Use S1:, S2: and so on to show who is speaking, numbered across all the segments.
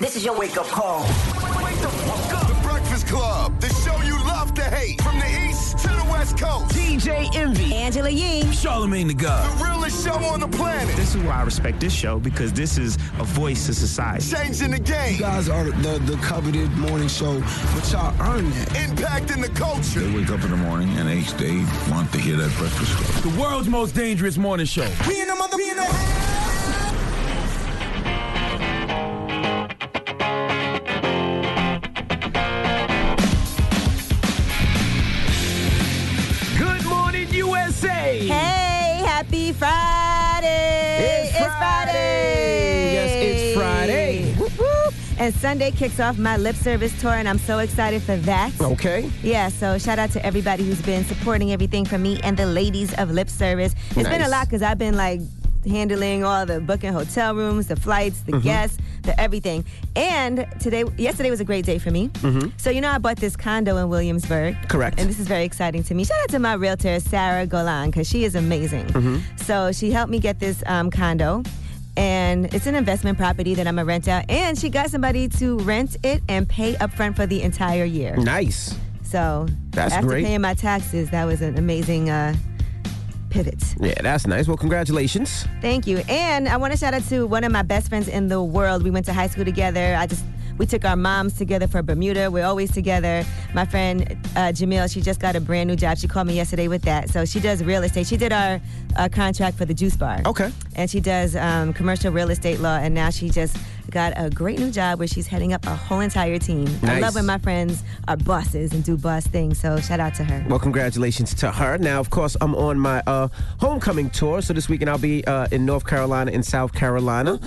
S1: This is your wake up call.
S2: The Breakfast Club, the show you love to hate. From the East to the West Coast,
S1: DJ Envy.
S3: Angela Yee.
S4: Charlemagne the God.
S2: the realest show on the planet.
S5: This is why I respect this show because this is a voice to society.
S2: Changing the
S6: You
S2: game,
S6: guys are the, the coveted morning show, but y'all earned that.
S2: impacting the culture.
S7: They wake up in the morning and they, they want to hear that breakfast club.
S4: The world's most dangerous morning show.
S6: We in the mother. We in the
S4: Good morning, USA.
S3: Hey, happy Friday.
S4: It's Friday. Yes, it's Friday.
S3: Whoop, whoop. And Sunday kicks off my lip service tour, and I'm so excited for that.
S4: Okay.
S3: Yeah, so shout out to everybody who's been supporting everything from me and the ladies of lip service. It's been a
S4: Nice.
S3: lot because I've been like handling all the booking hotel rooms, the flights,
S4: Mm-hmm.
S3: the guests, the everything. And today, yesterday was a great day for me.
S4: Mm-hmm.
S3: So you know, I bought this condo in Williamsburg.
S4: Correct.
S3: And this is very exciting to me. Shout out to my realtor Sarah Golan because she is amazing.
S8: Mm-hmm.
S3: So she helped me get this um, condo. And it's an investment property that I'm gonna rent out. And she got somebody to rent it and pay upfront for the entire year.
S4: Nice.
S3: So
S4: That's
S3: after
S4: great.
S3: paying my taxes, that was an amazing uh, pivot.
S4: Yeah, that's nice. Well, congratulations.
S3: Thank you. And I want to shout out to one of my best friends in the world. We went to high school together. I just we took our moms together for Bermuda. We're always together. My friend uh, Jamil, she just got a brand new job. She called me yesterday with that. So she does real estate. She did our uh, contract for the juice bar.
S4: Okay.
S3: And she does um, commercial real estate law. And now she just got a great new job where she's heading up a whole entire team. I
S4: Nice.
S3: love when my friends are bosses and do boss things. So shout out to her.
S4: Well, congratulations to her. Now, of course, I'm on my uh, homecoming tour. So this weekend I'll be uh, in North Carolina and South Carolina.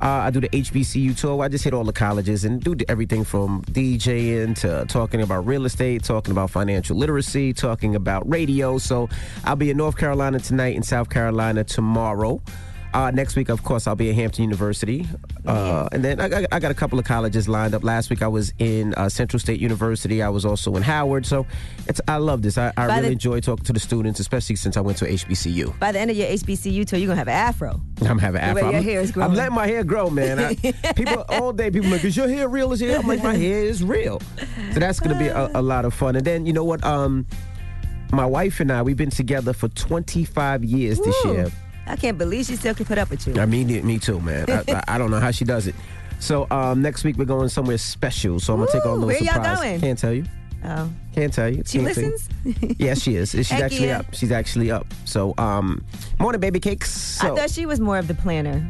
S4: Uh, I do the HBCU tour. I just hit all the colleges and do everything from DJing to talking about real estate, talking about financial literacy, talking about radio. So I'll be in North Carolina tonight and South Carolina tomorrow. Uh, next week, of course, I'll be at Hampton University. Uh,
S3: Mm-hmm.
S4: and then I, I, I got a couple of colleges lined up. Last week, I was in uh, Central State University. I was also in Howard. So it's, I love this. I, I
S3: By
S4: really
S3: the-
S4: enjoy talking to the students, especially since I went to HBCU.
S3: By the end of your HBCU tour, you're gonna have an afro.
S4: I'm having
S3: The way
S4: afro.
S3: your
S4: I'm,
S3: hair is growing.
S4: I'm letting my hair grow, man. I, people all day, people like, is your hair real? Is your hair? I'm like, my hair is real. So that's going to be a, a lot of fun. And then you know what? Um, my wife and I, we've been together for 25 years this
S3: Woo.
S4: year.
S3: I can't believe she still can put up with you.
S4: I mean, it- me too, man. I, I, I don't know how she does it. So um, next week we're going somewhere special. So I'm gonna take on a
S3: Ooh,
S4: little
S3: where y'all
S4: surprise.
S3: going?
S4: Can't tell you.
S3: Oh,
S4: Can't tell you.
S3: she
S4: Can't tell you.
S3: listens.
S4: Yes, she is. She's
S3: Heck
S4: actually
S3: yeah.
S4: up. She's actually up. So um, morning, baby cakes. So
S3: I thought she was more of the planner.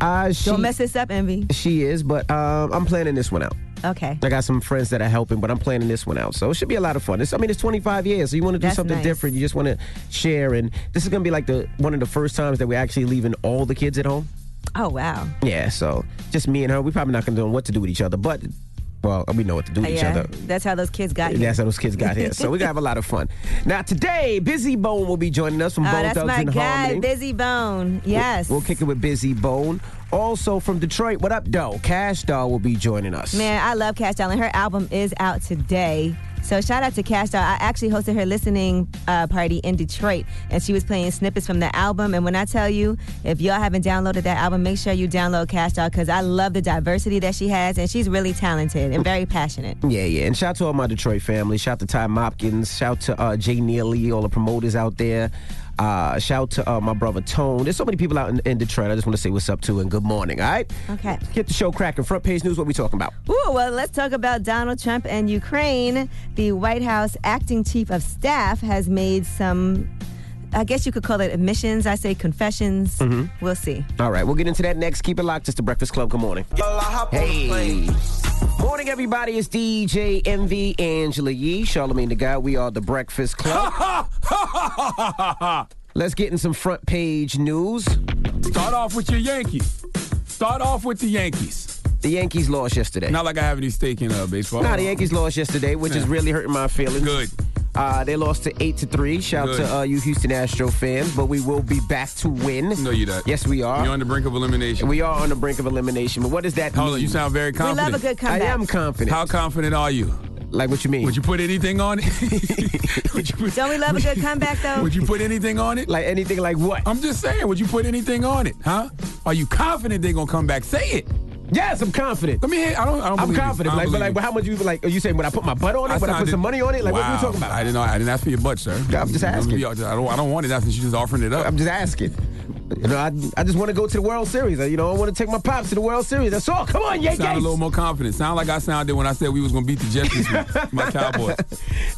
S4: uh, she,
S3: Don't mess this up, Envy.
S4: she is, but um, I'm planning this one out.
S3: Okay.
S4: I got some friends that are helping, but I'm planning this one out. So it should be a lot of fun. It's, I mean, it's 25 years, so you want to do
S3: That's
S4: something
S3: nice.
S4: different. You just want to share, and this is gonna be like the one of the first times that we're actually leaving all the kids at home.
S3: Oh wow.
S4: Yeah, so just me and her. We probably not gonna know what to do with each other, but well, we know what to do with each
S3: Uh, Yeah,
S4: other.
S3: that's how those kids got here.
S4: That's how those kids got here. So we're gonna have a lot of fun. Now today, Busy Bone will be joining us from
S3: Oh,
S4: Bone
S3: that's
S4: Thugs
S3: my
S4: and
S3: guy,
S4: Harmony.
S3: Busy Bone. Yes.
S4: We'll kick it with Busy Bone. Also from Detroit, what up, Doe? Cash Doll will be joining us.
S3: Man, I love Cash Doll, and her album is out today. So shout out to Cash Doll. I actually hosted her listening uh, party in Detroit, and she was playing snippets from the album. And when I tell you, if y'all haven't downloaded that album, make sure you download Cash Doll because I love the diversity that she has, and she's really talented and very passionate.
S4: Yeah, yeah. And shout out to all my Detroit family. Shout out to Ty Mopkins. Shout out to uh, Jay Neely, all the promoters out there. Uh, shout out to uh, my brother Tone. There's so many people out in, in Detroit. I just want to say what's up to and good morning, all right?
S3: Okay.
S4: Get the show cracking. Front page news, what we talking about?
S3: Ooh, well, let's talk about Donald Trump and Ukraine. The White House acting chief of staff has made some, I guess you could call it admissions. I say confessions.
S4: Mm-hmm.
S3: We'll see.
S4: All right, we'll get into that next. Keep it locked. It's the Breakfast Club. Good morning. Hey. Morning, everybody. It's DJ MV Angela Yee, Charlemagne the Guy. We are the Breakfast Club. Let's get in some front page news.
S9: Start off with your Yankees. Start off with the Yankees.
S4: The Yankees lost yesterday.
S9: Not like I have any stake in uh, baseball.
S4: Nah, the Yankees lost yesterday, which is really hurting my feelings.
S9: Good.
S4: Uh, they lost to eight to three. Shout out
S9: Good.
S4: to uh, you Houston Astro fans, but we will be back to win.
S9: No, you're not.
S4: Yes, we are.
S9: You're on the brink of elimination.
S4: we are on the brink of elimination. But what does that
S9: Hold
S4: mean?
S9: on, you sound very
S3: We
S9: confident.
S3: love a good
S4: I
S3: comeback.
S4: am confident.
S9: How confident are you?
S4: Like what you mean?
S9: Would you put anything on it? would you put,
S3: Don't we love a good comeback, though?
S9: Would you put anything on it?
S4: like anything? Like what?
S9: I'm just saying, would you put anything on it, huh? Are you confident they're gonna come back? Say it.
S4: Yes, I'm confident.
S9: Let me hear. I don't. I don't
S4: I'm
S9: believe you.
S4: confident.
S9: I
S4: Like,
S9: don't
S4: but like,
S9: believe
S4: but how much you like? Are you saying when I put my butt on it?
S9: you.
S4: When I put
S9: sounded-
S4: some money on it? Like, what are
S9: Wow.
S4: you talking about?
S9: I didn't know. I didn't ask for your butt, sir.
S4: Yeah, I'm just asking.
S9: I don't. I don't want it. That's she's just offering it up.
S4: I'm just asking. You know, I, I just want to go to the World Series. You know, I want to take my pops to the World Series. That's all. Come on, Yankees.
S9: Sound a little more confident. Sound like I sounded when I said we was gonna beat the Jets this week. My Cowboys.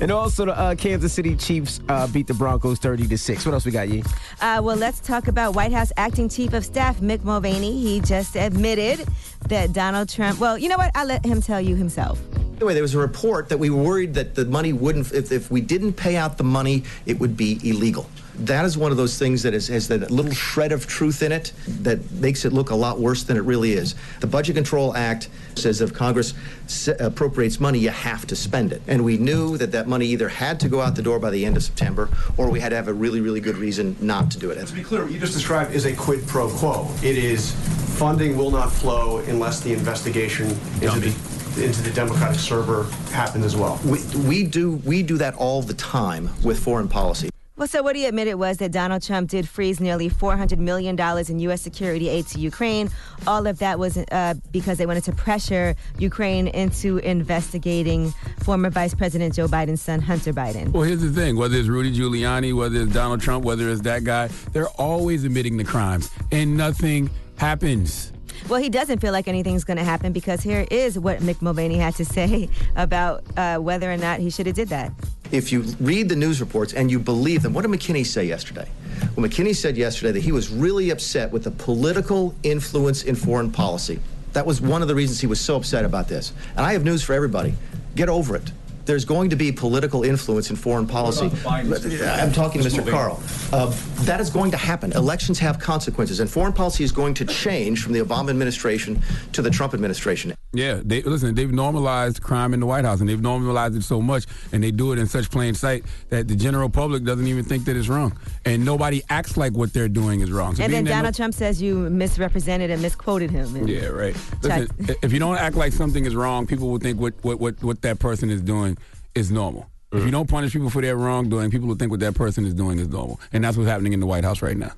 S4: And also, the uh, Kansas City Chiefs uh, beat the Broncos 30 to six. What else we got, Yee?
S3: Uh, well, let's talk about White House Acting Chief of Staff Mick Mulvaney. He just admitted that Donald Trump. Well, you know what? I let him tell you himself.
S10: Anyway, there was a report that we worried that the money wouldn't, if, if we didn't pay out the money, it would be illegal. That is one of those things that is, has that little shred of truth in it that makes it look a lot worse than it really is. The Budget Control Act says if Congress s- appropriates money, you have to spend it. And we knew that that money either had to go out the door by the end of September or we had to have a really, really good reason not to do it.
S8: To be clear, what you just described is a quid pro quo. It is funding will not flow unless the investigation into the, into the Democratic server happens as well.
S10: We, we, do, we do that all the time with foreign policy.
S3: Well, so what he admitted was that Donald Trump did freeze nearly $400 million in U.S. security aid to Ukraine. All of that was uh, because they wanted to pressure Ukraine into investigating former Vice President Joe Biden's son, Hunter Biden.
S9: Well, here's the thing: whether it's Rudy Giuliani, whether it's Donald Trump, whether it's that guy, they're always admitting the crimes, and nothing happens.
S3: Well, he doesn't feel like anything's going to happen because here is what Mick Mulvaney had to say about uh, whether or not he should have did that.
S10: if you read the news reports and you believe them, what did McKinney say yesterday? Well, McKinney said yesterday that he was really upset with the political influence in foreign policy. That was one of the reasons he was so upset about this. And I have news for everybody get over it. There's going to be political influence in foreign policy. Uh, I'm talking to Mr. Carl. Uh, that is going to happen. Elections have consequences, and foreign policy is going to change from the Obama administration to the Trump administration.
S9: Yeah, they listen. They've normalized crime in the White House, and they've normalized it so much, and they do it in such plain sight that the general public doesn't even think that it's wrong, and nobody acts like what they're doing is wrong. So
S3: And
S9: being
S3: then
S9: that
S3: Donald Trump says you misrepresented and misquoted him. And-
S9: Yeah, right. Listen, i- if you don't act like something is wrong, people will think what what what, what that person is doing is normal. If you don't punish people for their wrongdoing, people will think what that person is doing is normal, and that's what's happening in the White House right now.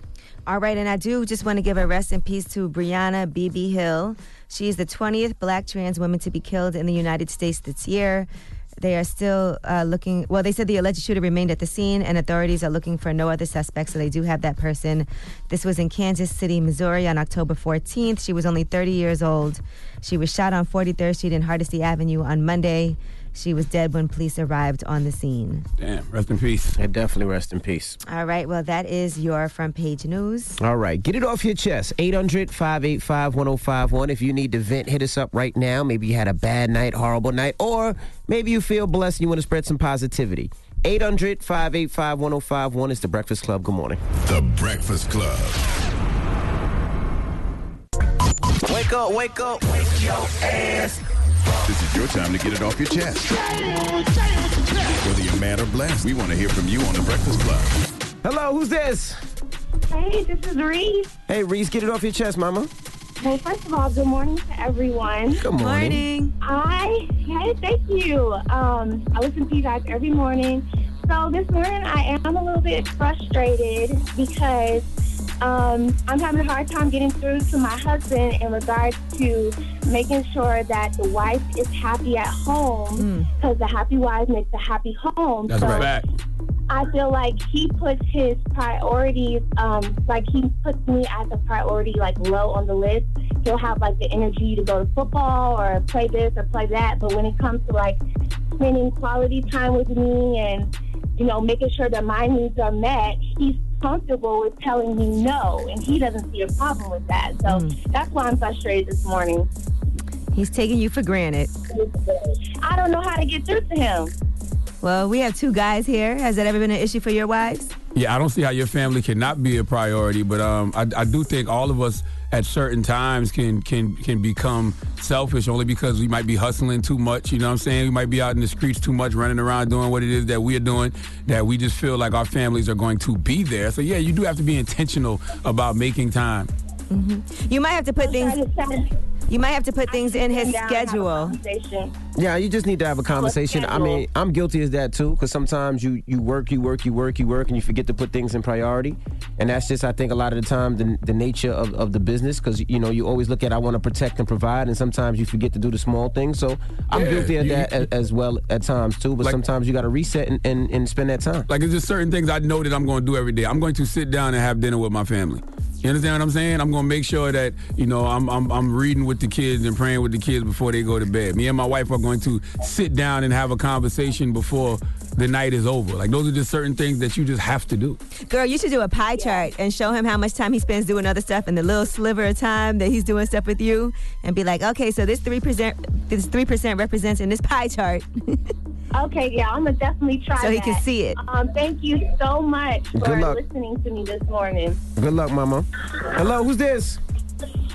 S3: All right, and I do just want to give a rest in peace to Brianna B.B. Hill. She is the 20th black trans woman to be killed in the United States this year. They are still uh, looking, well, they said the alleged shooter remained at the scene, and authorities are looking for no other suspects, so they do have that person. This was in Kansas City, Missouri on October 14th. She was only 30 years old. She was shot on 43rd Street and Hardesty Avenue on Monday. She was dead when police arrived on the scene.
S9: Damn, rest in peace.
S4: And definitely rest in peace.
S3: All right, well, that is your front page news.
S4: All right, get it off your chest. 800 585 1051. If you need to vent, hit us up right now. Maybe you had a bad night, horrible night, or maybe you feel blessed and you want to spread some positivity. 800 585 1051 is the Breakfast Club. Good morning.
S2: The Breakfast Club.
S1: Wake up, wake up.
S2: This is your time to get it off your chest. Whether you're mad or blessed, we want to hear from you on The Breakfast Club.
S4: Hello, who's this?
S11: Hey, this is Reese.
S4: Hey, Reese, get it off your chest, Mama.
S11: Hey, first of all, good morning to everyone.
S4: Good morning.
S11: I hey, thank you. Um, I listen to you guys every morning. So this morning I am a little bit frustrated because um, I'm having a hard time getting through to my husband in regards to making sure that the wife is happy at home because the happy wife makes a happy home.
S9: That's
S11: so
S9: right. Back.
S11: I feel like he puts his priorities, um, like he puts me as a priority, like low on the list. He'll have like the energy to go to football or play this or play that. But when it comes to like spending quality time with me and, you know, making sure that my needs are met, he's comfortable with telling me no. And he doesn't see a problem with that. So
S3: Mm.
S11: that's why I'm frustrated this morning.
S3: He's taking you for granted.
S11: I don't know how to get through to him.
S3: Well, we have two guys here. Has that ever been an issue for your wives?
S9: Yeah, I don't see how your family cannot be a priority, but um, I, I do think all of us at certain times can can can become selfish only because we might be hustling too much. You know what I'm saying? We might be out in the streets too much, running around doing what it is that we're doing. That we just feel like our families are going to be there. So yeah, you do have to be intentional about making time.
S3: You might have to put things.
S11: Try to satisfy-
S3: You might have to put things in his
S11: down and have a
S3: schedule.
S4: Yeah, you just need to have a conversation. I mean, I'm guilty as that too, because sometimes you you work, you work, you work, you work, and you forget to put things in priority, and that's just I think a lot of the time the, the nature of, of the business, because you know you always look at I want to protect and provide, and sometimes you forget to do the small things. So I'm
S9: Yeah,
S4: guilty of
S9: you-
S4: that a- as well at times too, but sometimes you got to reset and, and, and spend that time.
S9: Like it's just certain things I know that I'm going to do every day. I'm going to sit down and have dinner with my family. You understand what I'm saying? I'm going to make sure that you know I'm, I'm I'm reading with the kids and praying with the kids before they go to bed. Me and my wife are going to sit down and have a conversation before the night is over. Like those are just certain things that you just have to do.
S3: Girl, you should do a pie chart and show him how much time he spends doing other stuff and the little sliver of time that he's doing stuff with you and be like, okay, so this 3%, this 3% represents in this pie chart.
S11: Okay, yeah, I'm gonna definitely try.
S3: So he can
S11: that.
S3: see it.
S11: Um, thank you so much
S4: Good
S11: for
S4: luck.
S11: listening to me this morning.
S4: Good luck, mama. Hello, who's this?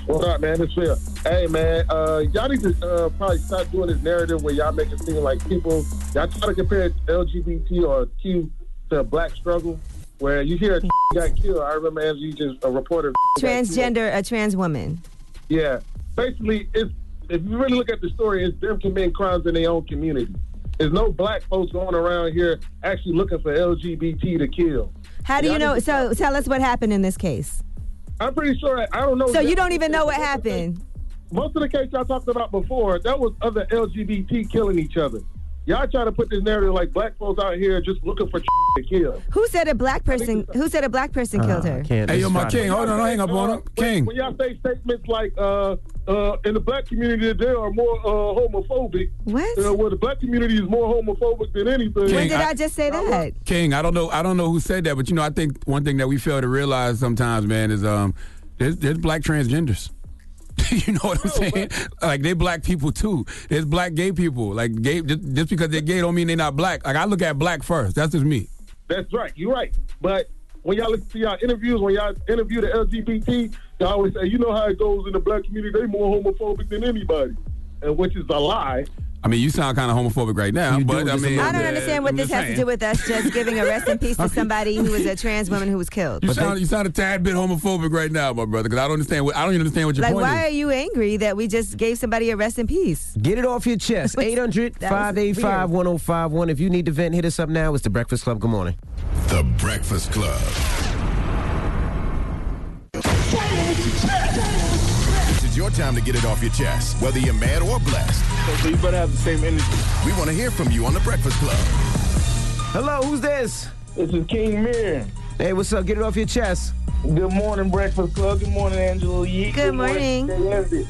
S12: What up, man? It's Phil. Hey, man, uh, y'all need to uh, probably stop doing this narrative where y'all make it seem like people, y'all try to compare LGBT or Q to black struggle, where you hear a got killed. I remember as you just a reporter. got killed.
S3: Transgender, a trans woman.
S12: Yeah. Basically, it's, if you really look at the story, it's them committing crimes in their own community. There's no black folks going around here actually looking for LGBT to kill.
S3: How do
S12: Y'all
S3: you
S12: need
S3: know?
S12: to stop-
S3: So tell us what happened in this case.
S12: I'm pretty sure. I don't know.
S3: So you
S12: exactly
S3: don't even know what
S12: the case, but
S3: happened.
S12: Most of the case y'all talked about before, that was other LGBT killing each other. Y'all try to put this narrative like black folks out here just looking for to kill.
S3: Who said a black person? Who said a black person killed her?
S9: Hey, yo, my king, hold on, don't hang up on him, king.
S12: When y'all say statements like uh, uh, in the black community they are more uh, homophobic.
S3: What?
S12: Uh, well, the black community is more homophobic than anything.
S9: When did I I-
S3: just say that?
S9: King, I don't know. I don't know who said that, but you know, I think one thing that we fail to realize sometimes, man, is um, there's, there's black transgenders. you know what I'm
S3: Oh,
S9: saying? Like they black people too. There's black gay people. Like gay, just, just because they're gay don't mean they're not black. Like I look at black first. That's just me.
S12: That's right. You're right. But when y'all listen to y'all interviews, when y'all interview the LGBT, y'all always say, you know how it goes in the black community. They more homophobic than anybody, and which is a lie.
S9: I mean, you sound kind of homophobic right now, but I mean,
S3: I don't understand what this has to do with us just giving a rest in peace to somebody who was a trans woman who was killed.
S9: You sound, you sound a tad bit homophobic right now, my brother, because I don't understand. What, I don't even understand what your
S3: Like,
S9: point is.
S3: why are you angry that we just gave somebody a rest in peace?
S4: Get it off your chest. 800 585 1051. If you need to vent, hit us up now. It's The Breakfast Club. Good morning.
S2: The Breakfast Club. This is your time to get it off your chest, whether you're mad or blessed. So you better have the same energy. We want to hear from you on The Breakfast Club.
S4: Hello, who's this?
S13: This is King Mir.
S4: Hey, what's up? Get it off your chest.
S13: Good morning, Breakfast Club. Good morning, Angela Yee.
S3: Good morning.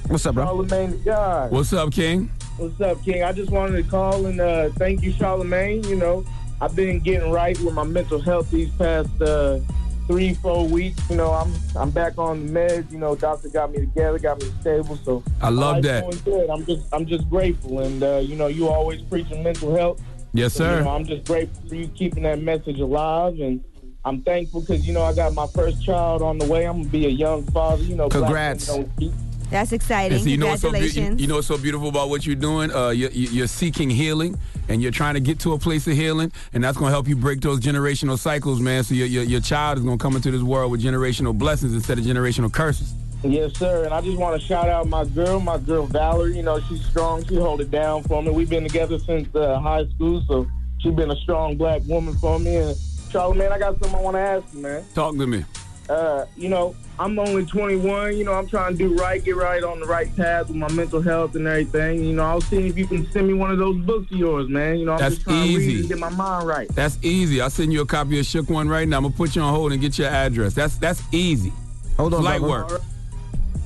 S4: What's up, bro?
S13: Charlemagne the God.
S9: What's up, King?
S13: What's up, King? I just wanted to call and uh, thank you, Charlemagne. You know, I've been getting right with my mental health these past uh, three, four weeks. You know, I'm I'm back on the meds. You know, doctor got me together, got me stable. So
S9: I love
S13: life's
S9: that.
S13: Going good. I'm just I'm just grateful, and uh, you know, you always preaching mental health.
S9: Yes,
S13: So, you
S9: sir.
S13: know, I'm just grateful for you keeping that message alive, and I'm thankful because you know I got my first child on the way. I'm gonna be a young father. You know, black
S9: Congrats.
S13: men don't cheat.
S3: That's exciting.
S9: And so you know what's so be- you,
S3: Congratulations.
S9: you know what's so beautiful about what you're doing? Uh, you're, you're seeking healing, and you're trying to get to a place of healing, and that's going to help you break those generational cycles, man. So your your, your child is going to come into this world with generational blessings instead of generational curses.
S13: Yes, sir. And I just want to shout out my girl, my girl Valerie. You know, she's strong. She hold it down for me. We've been together since uh, high school, so she's been a strong black woman for me. And Charlamagne, I got something I want to ask you, man.
S9: Talk to me.
S13: Uh, you know, I'm only 21. You know, I'm trying to do right, get right on the right path with my mental health and everything. You know, I'll see if you can send me one of those books of yours, man. You know, I'm
S9: That's
S13: just trying to read
S9: easy.
S13: and get my mind right.
S9: That's easy. I'll send you a copy of Shook One right now. I'm gonna put you on hold and get your address. That's that's easy.
S4: Hold on,
S9: light
S4: Bubba.
S9: work.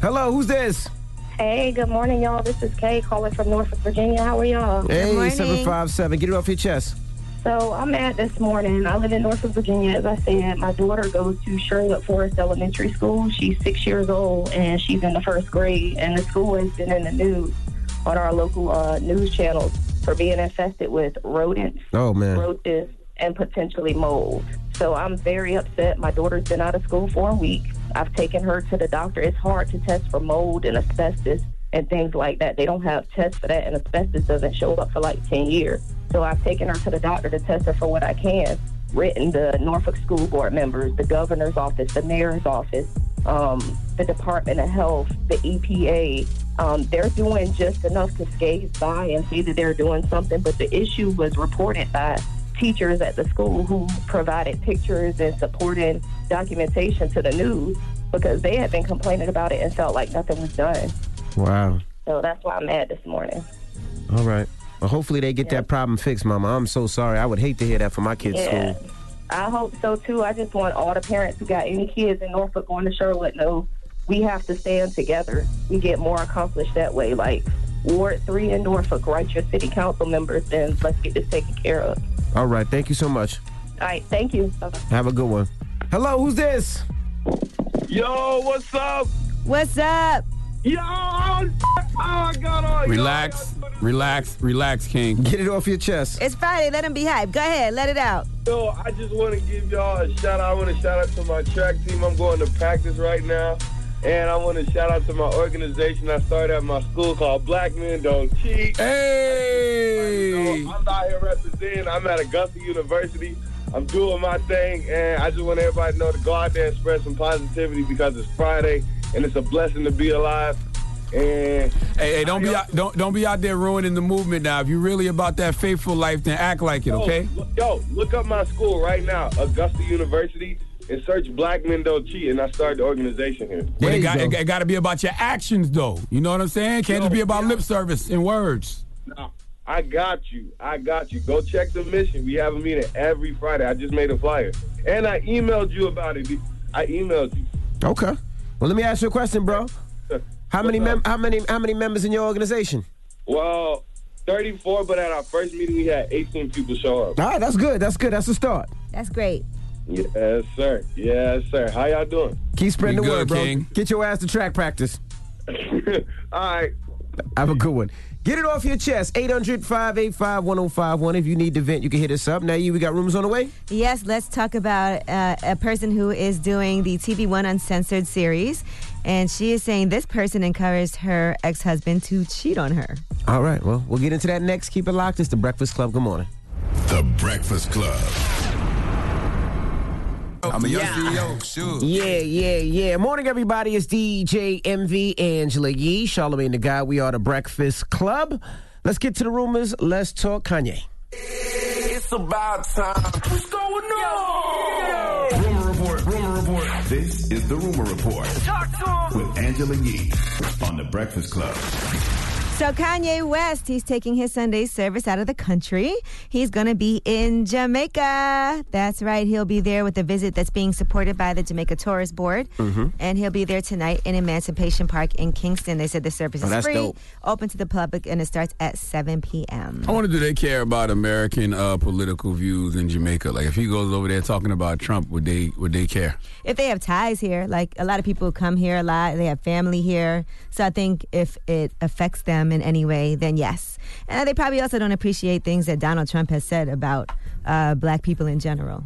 S4: Hello, who's this?
S11: Hey, good morning, y'all. This is Kay calling from Norfolk, Virginia. How are y'all?
S4: Hey, 757. Get it off your chest.
S11: So I'm at this morning. I live in Norfolk, Virginia. As I said, my daughter goes to Charlotte Forest Elementary School. She's six years old and she's in the first grade. And the school has been in the news on our local uh, news channels for being infested with rodents,
S4: Oh, man.
S11: roaches, and potentially mold. So I'm very upset. My daughter's been out of school for a week. I've taken her to the doctor. It's hard to test for mold and asbestos and things like that. They don't have tests for that, and asbestos doesn't show up for like 10 years. So I've taken her to the doctor to test her for what I can. Written the Norfolk School Board members, the governor's office, the mayor's office,
S14: um, the Department of Health, the EPA. Um, they're doing just enough to skate by and see that they're doing something, but the issue was reported by teachers at the school who provided pictures and supporting documentation to the news because they had been complaining about it and felt like nothing was done.
S4: Wow.
S14: So that's why I'm mad this morning.
S4: All right. Well, hopefully they get that problem fixed, Mama. I'm so sorry. I would hate to hear that from my kids'
S14: Yeah.
S4: school.
S14: I hope so too. I just want all the parents who got any kids in Norfolk going to Charlotte know we have to stand together. We get more accomplished that way. Like Ward Three in Norfolk, write your city council members and let's get this taken care of.
S4: All right. Thank you so much.
S14: All right, thank you. Bye-bye.
S4: Have a good one. Hello, who's this?
S15: Yo, what's up?
S3: What's up?
S15: Yo, oh, I got on.
S9: Relax, relax, relax, King.
S4: Get it off your chest.
S3: It's Friday. Let him be hype. Go ahead. Let it out.
S15: Yo, I just want to give y'all a shout out. I want to shout out to my track team. I'm going to practice right now. And I want to shout out to my organization I started at my school called Black Men Don't Cheat.
S9: Hey!
S15: I'm out here representing. I'm at Augusta University. I'm doing my thing. And I just want everybody to know to go out there and spread some positivity because it's Friday and it's a blessing to be alive. And
S9: Hey, hey, don't be out, don't don't be out there ruining the movement now. If you're really about that faithful life, then act like it,
S15: Yo,
S9: okay?
S15: look- Yo, look up my school right now, Augusta University, and search Black Men Don't Cheat, and I started the organization here.
S9: But it got, it, got to be about your actions, though. You know what I'm saying? Can't just be about lip service and words.
S15: Nah, I got you. I got you. Go check the mission. We have a meeting every Friday. I just made a flyer, and I emailed you about it. I emailed you.
S4: Okay. Well, let me ask you a question, bro. How many mem- how many how many members in your organization?
S15: Well, 34, but at our first meeting, we had 18 people show up.
S4: All right, that's good. That's good. That's a start.
S3: That's great.
S15: Yes, sir. Yes, sir. How y'all doing?
S4: Keep spreading
S15: We
S4: the
S15: good,
S4: word, bro.
S15: King.
S4: Get your ass to track practice.
S15: All right.
S4: Have a good one. Get it off your chest. 800 585 1051. If you need to vent, you can hit us up. Now, you, we got rooms on the way?
S3: Yes, let's talk about uh, a person who is doing the TV1 Uncensored series. And she is saying this person encouraged her ex husband to cheat on her.
S4: All right. Well, we'll get into that next. Keep it locked. It's The Breakfast Club. Good morning.
S2: The Breakfast Club.
S4: I'm a young Yeah. CEO, Yeah, yeah, yeah. Morning, everybody. It's DJ MV Angela Yee, Charlemagne the Guy. We are the Breakfast Club. Let's get to the rumors. Let's talk Kanye.
S1: It's about time. What's going on? Rumor report. Rumor report.
S2: This is the Rumor Report
S1: Talk to 'em.
S2: with Angela Yee on The Breakfast Club.
S3: So Kanye West, he's taking his Sunday service out of the country. He's going to be in Jamaica. That's right. He'll be there with a visit that's being supported by the Jamaica Tourist Board.
S4: Mm-hmm.
S1: Mhm.
S3: And he'll be there tonight in Emancipation Park in Kingston. They said the service
S9: Oh,
S3: is
S9: that's
S3: free,
S9: dope.
S3: open to the public, and it starts at 7 p.m.
S9: I wonder do they care about American uh, political views in Jamaica? Like if he goes over there talking about Trump, would they would they care?
S3: If they have ties here, like a lot of people come here a lot, they have family here. So I think if it affects them in any way, then yes. And they probably also don't appreciate things that Donald Trump has said about uh, black people in general.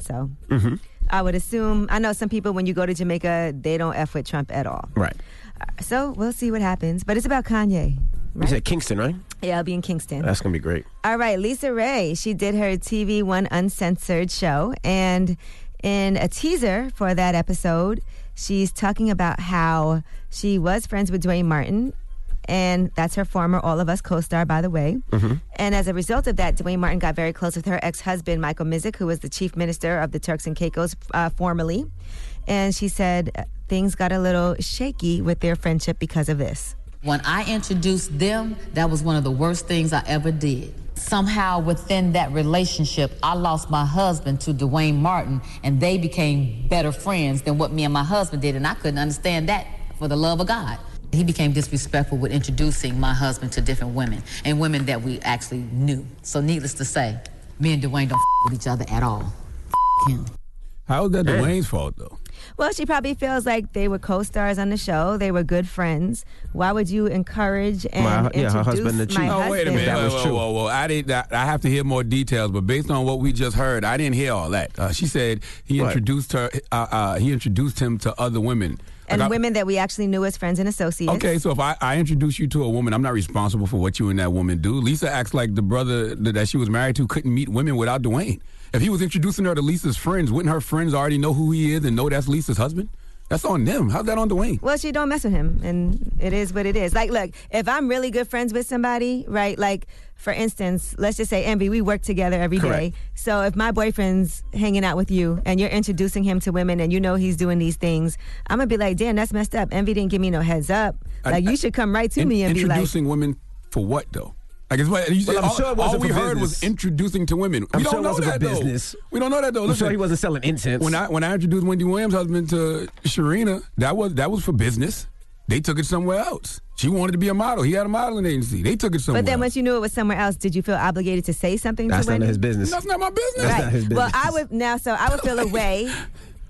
S3: So
S1: Mm-hmm.
S3: I would assume. I know some people when you go to Jamaica, they don't f with Trump at all.
S4: Right.
S3: So we'll see what happens. But it's about Kanye.
S4: You said Kingston, right?
S3: Yeah, I'll be in Kingston.
S4: That's going to be great.
S3: All right, Lisa Ray. She did her TV One Uncensored show, and in a teaser for that episode, she's talking about how she was friends with Dwayne Martin, and that's her former All of Us co-star, by the way.
S1: Mm-hmm.
S3: And as a result of that, Dwayne Martin got very close with her ex husband, Michael Mizik, who was the chief minister of the Turks and Caicos uh, formerly. And she said uh, things got a little shaky with their friendship because of this.
S16: When I introduced them, that was one of the worst things I ever did. Somehow within that relationship, I lost my husband to Dwayne Martin, and they became better friends than what me and my husband did, and I couldn't understand that for the love of God. He became disrespectful with introducing my husband to different women and women that we actually knew. So, needless to say, me and Dwayne don't f- with each other at all. F- him.
S9: How is that
S16: Damn.
S9: Dwayne's fault though?
S3: Well, she probably feels like they were co stars on the show, they were good friends. Why would you encourage and
S9: My-
S3: introduce my
S9: Oh, wait a
S3: husband?
S9: minute. Whoa, whoa, Whoa, whoa. I did. I, I have to hear more details, but based on what we just heard, I didn't hear all that. Uh, she said he
S3: Right.
S9: introduced her. Uh, uh, he introduced him to other women.
S3: And
S9: Like, I-
S3: women that we actually knew as friends and associates.
S9: Okay, so if I, I introduce you to a woman, I'm not responsible for what you and that woman do. Lisa acts like the brother th- that she was married to couldn't meet women without Dwayne. If he was introducing her to Lisa's friends, wouldn't her friends already know who he is and know that's Lisa's husband? That's on them. How's that on Dwayne?
S3: Well, she don't mess with him, and it is what it is. Like, look, if I'm really good friends with somebody, right? Like, for instance, let's just say Envy, we work together every day.
S17: Correct.
S3: So if my boyfriend's hanging out with you and you're introducing him to women and you know he's doing these things, I'm gonna be like, damn, that's messed up. Envy didn't give me no heads up.
S9: I-
S3: Like,
S9: I-
S3: you should come right to
S9: In-
S3: me and be like,
S9: introducing women for what though? I guess what you
S4: Well,
S9: said,
S4: I'm
S9: all,
S4: sure it
S9: all
S4: wasn't
S9: we
S4: for
S9: heard was
S4: business.
S9: introducing to women.
S4: I'm
S9: we
S4: sure
S9: don't
S4: it
S9: know
S4: wasn't for
S9: that
S4: business.
S9: though. We don't know that though.
S4: I'm
S9: Listen,
S4: sure he wasn't selling incense.
S9: When I when I introduced Wendy Williams' husband to Sharina, that was that was for business. They took it somewhere else. She wanted to be a model. He had a modeling agency. They took it somewhere.
S3: but then once you knew it was somewhere else, did you feel obligated to say something
S9: That's
S3: to
S9: none of
S3: Wendy?
S9: his business. That's not my business. That's not his
S3: Well, I would now, so I would feel a way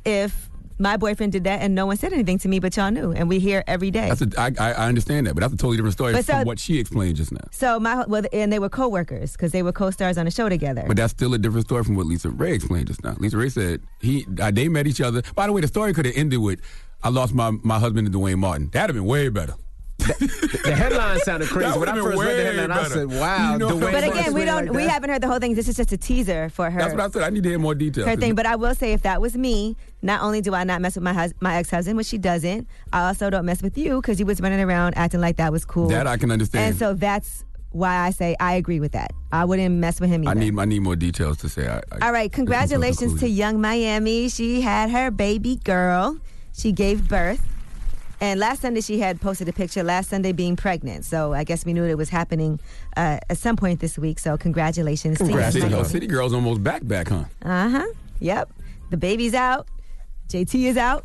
S3: if my boyfriend did that and no one said anything to me, but y'all knew, and we hear every day.
S9: that's a, I, I I understand that, but that's a totally different story
S3: But so-
S9: from what she explained just now.
S3: So my well, and they were coworkers because they were co-stars on a show together.
S9: But that's still a different story from what Lisa Ray explained just now. Lisa Ray said he uh, they met each other. By the way, the story could have ended with I lost my, my husband to Dwayne Martin. That'd have been way better.
S4: the headline sounded crazy.
S9: That
S4: When I
S9: would've
S4: first
S9: been
S4: read the
S9: way
S4: headline, I
S9: better.
S4: said, wow,
S9: You know
S4: Dwayne
S9: what I'm
S3: but
S9: saying?
S3: again, we don't we haven't heard the whole thing. This is just a teaser for her.
S9: That's what I said. I need to hear more detail.
S3: her thing, but I will say if that was me, not only do I not mess with my hus- my ex husband, which she doesn't, I also don't mess with you because you was running around acting like that was cool.
S9: That I can understand.
S3: And so that's why I say I agree with that. I wouldn't mess with him either.
S9: I need I need more details to say. I, I,
S3: All right, congratulations to Young Miami. She had her baby girl. She gave birth. And last Sunday, she had posted a picture, last Sunday being pregnant. So I guess we knew it was happening uh, at some point this week. So congratulations to
S9: City,
S3: Young
S9: Girl.
S3: Miami.
S9: City Girl's almost back back, huh?
S3: Uh huh. Yep. The baby's out. JT is out.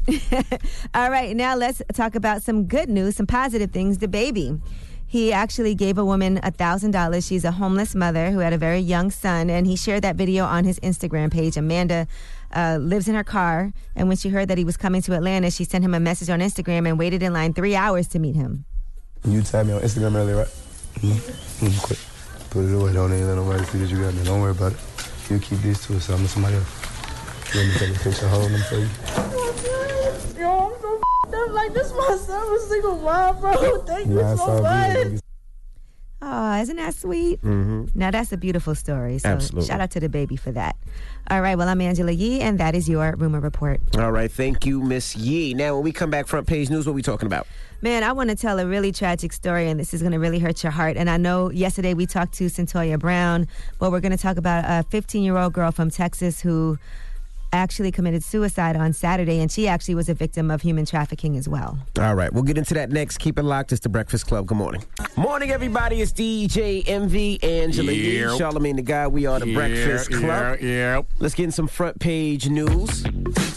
S3: All right, now let's talk about some good news, some positive things. The baby. He actually gave a woman $1,000. She's a homeless mother who had a very young son, and he shared that video on his Instagram page. Amanda uh, lives in her car, and when she heard that he was coming to Atlanta, she sent him a message on Instagram and waited in line three hours to meet him.
S18: You tagged me on Instagram earlier, right? Mm-hmm. Quick. Put it away. Don't even let nobody see that you got me. Don't worry about it. You keep these two or something. Somebody else. You want me to take a picture holding them for you?
S19: Yo, I'm so fed up. Like, this my son was single mom, bro. Thank you
S18: Yeah, I
S19: so
S18: saw a
S19: much.
S18: video.
S3: Oh, isn't that sweet?
S18: Mm-hmm.
S3: Now that's a beautiful story. So
S4: Absolutely.
S3: shout out to the baby for that. All right, well I'm Angela Yee, and that is your rumor report.
S4: All right, thank you, Miss Yee. Now, when we come back, front page news, what we talking about?
S3: Man, I want to tell a really tragic story, and this is going to really hurt your heart. And I know yesterday we talked to Centoya Brown, but we're going to talk about a 15 year old girl from Texas who actually committed suicide on Saturday, and she actually was a victim of human trafficking as well.
S4: All right, we'll get into that next. Keep it locked. It's the Breakfast Club. Good morning. Morning, everybody. It's DJ MV, Angela
S9: Yeah.
S4: Yee, Charlemagne the Guy. We are the
S9: Yeah,
S4: Breakfast Club.
S9: yeah, yeah.
S4: Let's get in some front page news.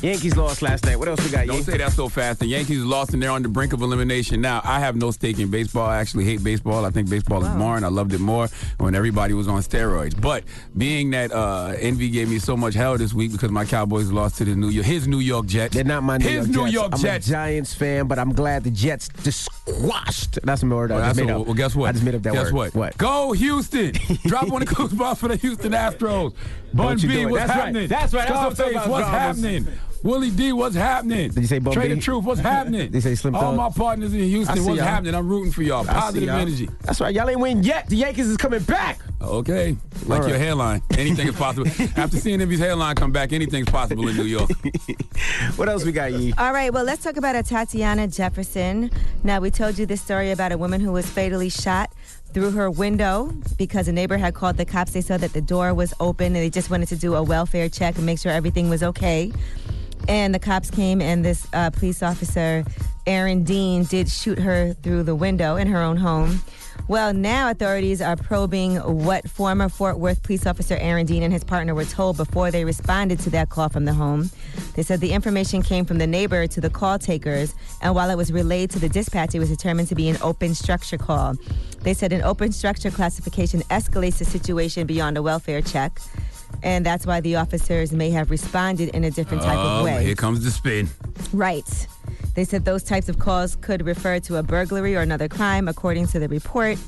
S4: Yankees lost last night. What else we got,
S9: Don't
S4: Yee?
S9: say that so fast. The Yankees lost and they're on the brink of elimination. Now, I have no stake in baseball. I actually hate baseball. I think baseball is boring. I loved it more when everybody was on steroids. But being that uh, Envy gave me so much hell this week because my Cowboys lost to the New York, his New York Jets. They're not my
S4: New
S9: his New York
S4: I'm
S9: Jets.
S4: a Giants fan, but I'm glad the Jets just squashed. That's a word I
S9: Well,
S4: just
S9: that's
S4: made
S9: what-
S4: up.
S9: well, guess what?
S4: I just made up that
S9: guess
S4: word.
S9: what? Go Houston! Drop one of the coach box for the Houston Astros. Bun
S4: Don't you do
S9: B,
S4: it.
S9: what's
S4: That's right.
S9: happening?
S4: That's right. That's what I'm talking
S9: Scarface,
S4: about,
S9: what's
S4: Jarvis.
S9: happening? Willie D, what's happening? Did
S4: you say Bun
S9: Trey
S4: B?
S9: the Truth, what's happening?
S4: They say Slim
S9: All
S4: Thug.
S9: my partners in
S4: I see
S9: Houston, what's
S4: y'all.
S9: happening? I'm rooting for
S4: I
S9: y'all.
S4: see
S9: Positive
S4: y'all.
S9: energy.
S4: That's right. Y'all ain't win yet. The Yankees is coming back.
S9: Okay. Like
S4: All right.
S9: your hairline. Anything is possible. After seeing Envy's hairline come back, anything's possible in New York.
S4: what else we got, Yee?
S3: All right, well, let's talk about a Tatiana Jefferson. Now, we told you this story about a woman who was fatally shot through her window because a neighbor had called the cops. They saw that the door was open and they just wanted to do a welfare check and make sure everything was okay. And the cops came, and this uh, police officer, Aaron Dean, did shoot her through the window in her own home. Well, now authorities are probing what former Fort Worth police officer Aaron Dean and his partner were told before they responded to that call from the home. They said the information came from the neighbor to the call takers, and while it was relayed to the dispatch, it was determined to be an open structure call. They said an open structure classification escalates the situation beyond a welfare check, and that's why the officers may have responded in a different type of
S9: Um,
S3: way.
S9: Here comes the spin.
S3: Right. They said those types of calls could refer to a burglary or another crime, according to the report.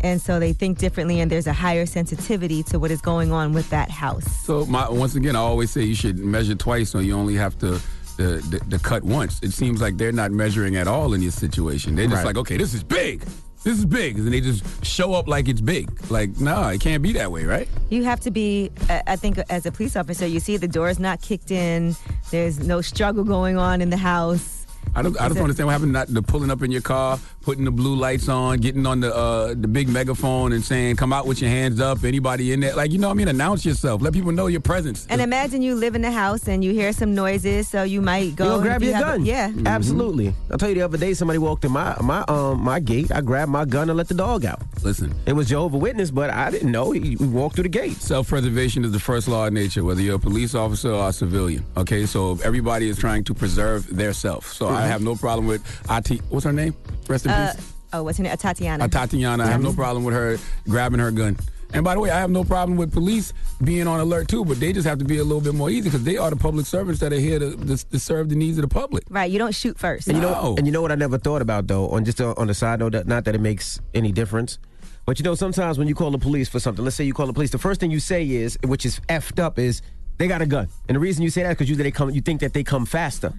S3: And so they think differently, and there's a higher sensitivity to what is going on with that house.
S9: So my, once again, I always say you should measure twice, or you only have to. The, the, the cut once. It seems like they're not measuring at all in this situation. They're just
S4: Right.
S9: like, okay, this is big. This is big. And they just show up like it's big. Like, nah, it can't be that way, right?
S3: You have to be, I I think, as a police officer, you see the door is not kicked in, there's no struggle going on in the house.
S9: I don't. I
S3: Is
S9: don't
S3: it-
S9: understand what happened. Not the pulling up in your car, putting the blue lights on, getting on the uh, the big megaphone and saying, "Come out with your hands up." Anybody in there? Like you know, what I mean, announce yourself. Let people know your presence.
S3: And imagine you live in the house and you hear some noises, so you might go
S4: you gonna
S3: and
S4: grab
S3: if you
S4: your
S3: have a-
S4: gun.
S3: yeah,
S9: Mm-hmm.
S4: absolutely. I told you the other day, somebody walked in my my um my gate. I grabbed my gun and let the dog out.
S9: Listen,
S4: it was Jehovah Witness, but I didn't know he he walked through the gate.
S9: Self-preservation is the first law of nature, whether you're a police officer or a civilian. Okay, so everybody is trying to preserve their self. So I
S4: Mm-hmm.
S3: Mhm.
S9: have no problem with IT. What's her name? Rest in
S3: Uh,
S9: peace.
S3: oh, what's her name? Uh, Tatiana. Mm-hmm.
S9: Uh, Tatiana. I have no problem with her grabbing her gun. And by the way, I have no problem with police being on alert too, but they just have to be a little bit more easy because they are the public servants that are here to, to, to serve the needs of the public.
S3: Right, you don't shoot first.
S4: And you know, and you know what I never thought about though. On just uh, on the side note, that, not that it makes any difference, but you know, sometimes when you call the police for something, let's say you call the police, the first thing you say is, which is effed up, is they got a gun. And the reason you say that because usually they come, you think that they come faster,